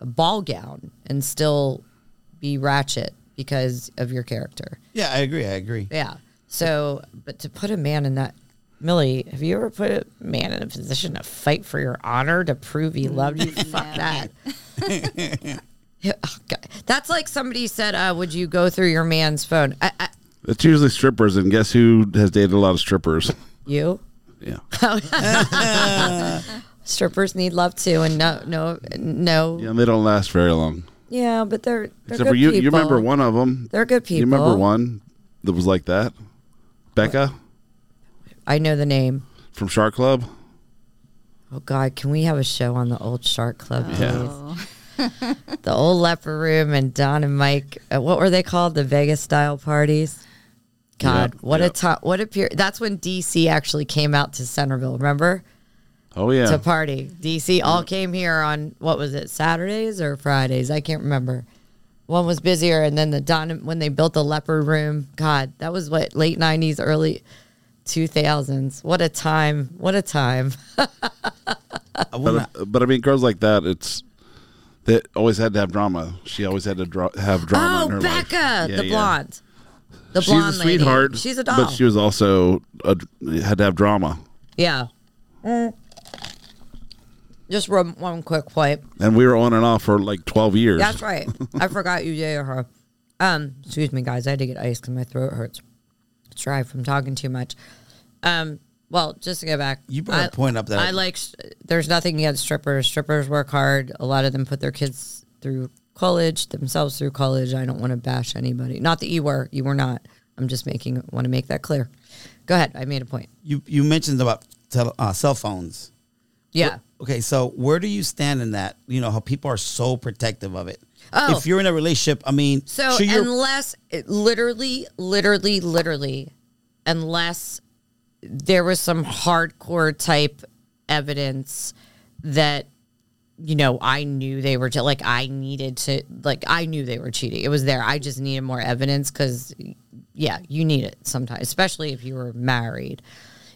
S2: a ball gown and still be ratchet because of your character.
S3: Yeah, I agree. I agree.
S2: Yeah. So, but to put a man in that. Millie, have you ever put a man in a position to fight for your honor to prove he loved you? Fuck that. (laughs) Yeah, oh, God. That's like somebody said, uh, "Would you go through your man's phone?" I, I,
S5: It's usually strippers, and guess who has dated a lot of strippers?
S2: you
S5: Yeah.
S2: strippers need love too, and no, no, no.
S5: Yeah,
S2: Yeah,
S5: and they don't last very long.
S2: but they're, they're
S5: Except
S2: good
S5: for you.
S2: people.
S5: You remember one of them.
S2: They're good
S5: You remember
S2: people.
S5: one that was like that? Becca
S2: I know the name.
S5: from Shark Club.
S2: Oh God, can we have a show on the old Shark Club, please?
S5: Yeah.
S2: The old Leper Room and Don and Mike. Uh, what were they called? The Vegas style parties. God, what
S5: yep.
S2: a time! What a period. That's when DC actually came out to Centerville. Remember
S5: Oh yeah.
S2: to party. DC all came here on what was it Saturdays or Fridays? I can't remember. One was busier, and then the Don when they built the leopard room. God, that was what late nineties, early two thousands. What a time! What a time!
S3: I wanna,
S5: but I mean, girls like that, it's they always had to have drama. She always had to dra- have drama.
S2: Oh,
S5: in her life.
S2: Becca,
S5: Yeah,
S2: the
S5: yeah.
S2: blonde, the
S5: She's
S2: blonde
S5: a sweetheart.
S2: lady. She's a doll.
S5: But she was also a, had to have drama.
S2: yeah. Mm. Just one, one quick point.
S5: And we were on and off for like twelve years.
S2: That's right. I forgot you dated her. Um, excuse me, guys. I had to get ice because my throat hurts. It's dry from talking too much. Um, well, just to go back,
S3: You brought a
S2: I-
S3: point up that I-
S2: I like. s- There's nothing against strippers. Strippers work hard. A lot of them put their kids through college, themselves through college. I don't want to bash anybody. Not that you were. You were not. I'm just making. Want to make that clear. Go ahead. I made a point.
S3: you you mentioned about tele, uh, cell phones.
S2: Yeah.
S3: Okay, so where do you stand in that? You know how people are so protective of it.
S2: Oh.
S3: If you're in a relationship, I mean,
S2: So
S3: sure, you're-
S2: unless it- literally, literally, literally, unless there was some hardcore type evidence that you know I knew they were just like I needed to like I knew they were cheating. It was there. I just needed more evidence because yeah, you need it sometimes, especially if you were married.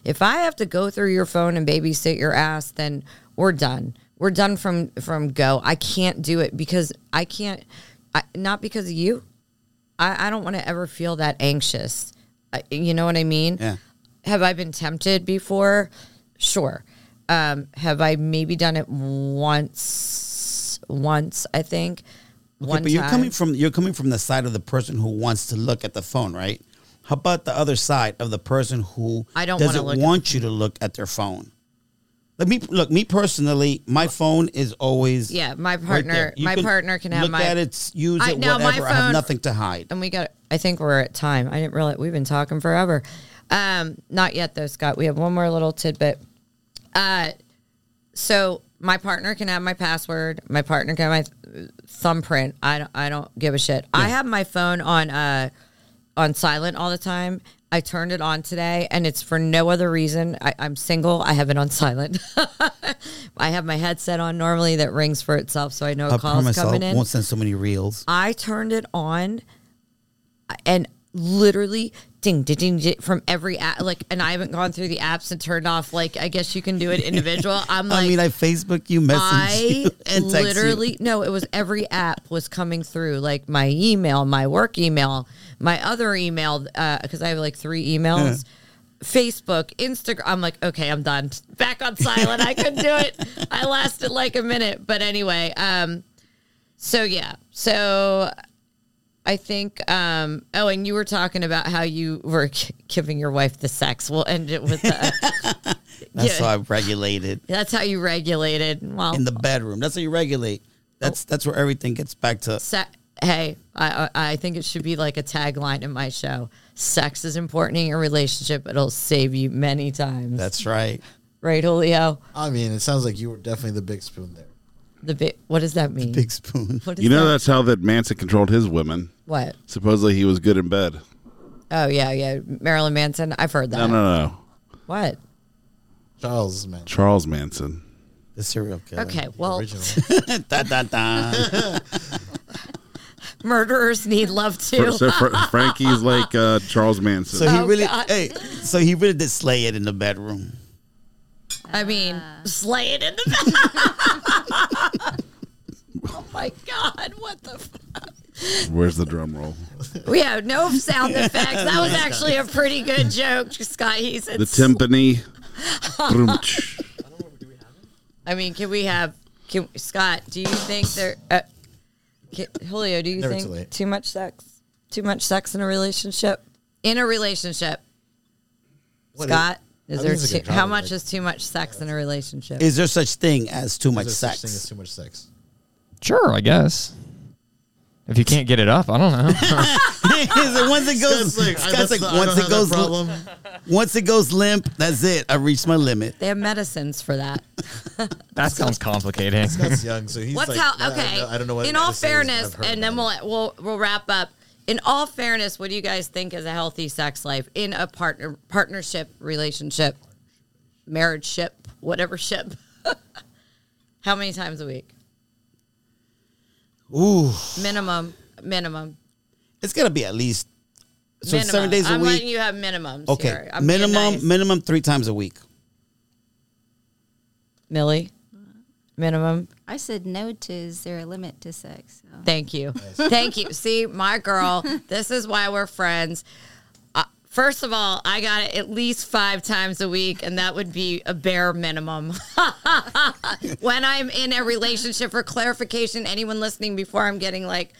S2: If I have to go through your phone and babysit your ass, then we're done. We're done from from go. I can't do it because I can't. I, not because of you. I, I don't want to ever feel that anxious. I, you know what I mean?
S3: Yeah.
S2: Have I been tempted before? Sure. Um, have I maybe done it once? Once I think.
S3: Okay,
S2: One
S3: but you're
S2: time.
S3: coming from you're coming from the side of the person who wants to look at the phone, right? How about the other side of the person who
S2: I don't wanna
S3: doesn't
S2: look at-
S3: want you to look at their phone? Let me look. Me personally, my phone is always
S2: Yeah, my
S3: right
S2: partner-
S3: there. You
S2: my partner can have
S3: look
S2: my-
S3: at it, use
S2: I-
S3: it,
S2: no, my
S3: whatever. I have
S2: phone-
S3: nothing to hide.
S2: and we got i think we're at time i didn't realize we've been talking forever um not yet though scott we have one more little tidbit uh so my partner can have my password my partner can have my th- thumbprint i don't i don't give a shit i have my phone on uh on silent all the time I turned it on today and it's for no other reason. I, I'm single. I have it on silent. (laughs) I have my headset on normally that rings for itself so I know a
S3: I
S2: call's
S3: promise I
S2: coming in.
S3: won't send so many reels.
S2: I turned it on and literally ding ding ding, ding from every app like and I haven't gone through the apps and turned off like I guess you can do it individual. I'm like
S3: I mean, I Facebook you, message
S2: I
S3: (laughs) you, and text
S2: literally no, it was every app was coming through, like my email, my work email, my other email, because I have like three emails. Facebook, Instagram. I'm like, okay, I'm done. Back on silent. I couldn't do it. I lasted like a minute, but anyway. Um, so yeah, so I think. Um, oh, and you were talking about how you were g- giving your wife the sex. We'll end it
S3: (laughs)
S2: with that.
S3: you. That's
S2: yeah. (laughs)
S3: how I regulate it
S2: That's how you regulated. Well,
S3: in the bedroom. That's how you regulate. That's that's where everything gets back to.
S2: se- hey, I, I I think it should be like a tagline in my show. Sex is important in your relationship. It'll save you many times.
S3: That's right.
S2: right, Julio.
S4: I mean, it sounds like you were definitely the big spoon there.
S2: The big. What does that mean?
S3: Big spoon.
S2: What is
S5: You know
S2: that?
S5: that's how that Manson controlled his women.
S2: What?
S5: Supposedly he was good in bed.
S2: Oh yeah, yeah. Marilyn Manson. I've heard that.
S5: No, no, no.
S2: What?
S4: Charles, man.
S5: Charles Manson.
S3: The serial killer. (laughs)
S2: Okay. Well, (laughs)
S4: Original.
S3: Da, da, da.
S2: murderers need love
S5: Fr-
S2: too.
S5: So Fr- Frankie's like uh, Charles
S3: (laughs)
S5: Manson.
S3: So he
S2: Oh,
S3: really,
S2: God.
S3: hey, so he really did slay it in the bedroom.
S2: I mean, slay it in the back. oh my God! What the? F-
S5: Where's the drum roll?
S2: yeah, no sound effects. That
S5: (laughs)
S2: was actually a pretty good joke, Scott. He said
S5: The timpani. Vroom-tsh.
S2: I mean, can we have can Scott? Do you think there? Uh, can, Julio, do you
S4: Never too
S2: think
S4: late.
S2: too much sex? Too much sex in a relationship? In a relationship,
S4: What
S2: Scott,
S4: I
S2: is
S4: think
S2: there
S4: it's a
S2: too,
S4: good
S2: how
S4: problem,
S2: much
S4: like-
S2: is too much sex in a relationship?
S3: Is there such thing as too
S4: Is
S3: much
S4: there such
S3: (laughs)
S4: thing as
S3: sex?
S4: too much sex?
S6: Sure, I guess. If you can't get it up, I don't know.
S3: Is it once it goes, Scott's like, once it goes, (laughs) once it goes limp, that's it. I reached my limit.
S2: they have medicines for that.
S6: that sounds complicated.
S4: That's young, so he's
S2: What's
S4: like,
S2: how?
S4: I don't
S2: Okay,
S4: know- I don't know what
S2: in all
S4: medicine is.
S2: fairness,
S4: I've heard
S2: and then
S4: about
S2: we'll we'll we'll wrap up. in all fairness, what do you guys think is a healthy sex life in a partner partnership relationship, marriage ship, whatever ship? (laughs) How many times a week?
S3: Ooh,
S2: Minimum. Minimum.
S3: it's gotta be at least so
S2: minimum.
S3: seven days a
S2: I'm
S3: week.
S2: letting you have minimums.
S3: okay,
S2: here. I'm being
S3: minimum
S2: nice.
S3: minimum three times a week.
S2: Millie. Minimum.
S8: I said no to is there a limit to sex? So.
S2: Thank you. (laughs) Thank you. See, my girl, this is why we're friends. Uh, first of all, I got it at least five times a week, and that would be a bare minimum. (laughs) when I'm in a relationship, for clarification, anyone listening before I'm getting like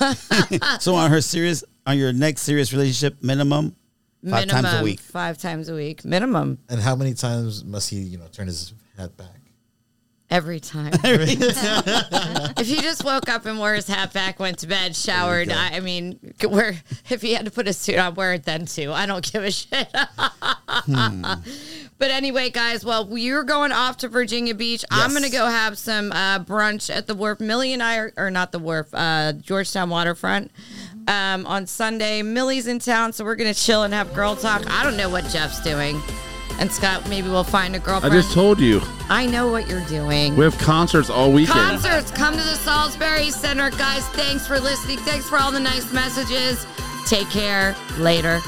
S2: Ah.
S3: So on her serious on your next serious relationship, minimum five
S2: minimum
S3: times a week.
S2: five times a week, minimum
S4: And how many times must he, you know, turn his hat back?
S2: every time. if you just woke up and wore his hat back, went to bed, showered, I, I mean, g- wear if he had to put a suit on, wear it then too. I don't give a shit. (laughs) But anyway, guys, well, you're going off to Virginia Beach. I'm
S3: Yes.
S2: going to go have some uh, brunch at the Wharf. Millie and I are, or not the Wharf, uh, Georgetown Waterfront um, on Sunday. Millie's in town, so we're going to chill and have girl talk. I don't know what Jeff's doing. And Scott, maybe we'll find a
S5: I
S2: girlfriend. I,
S5: just told you
S2: know what you're doing.
S5: we have concerts all weekend.
S2: Concerts, come to the Salisbury Center. Guys, thanks for listening. Thanks for all the nice messages. Take care. Later.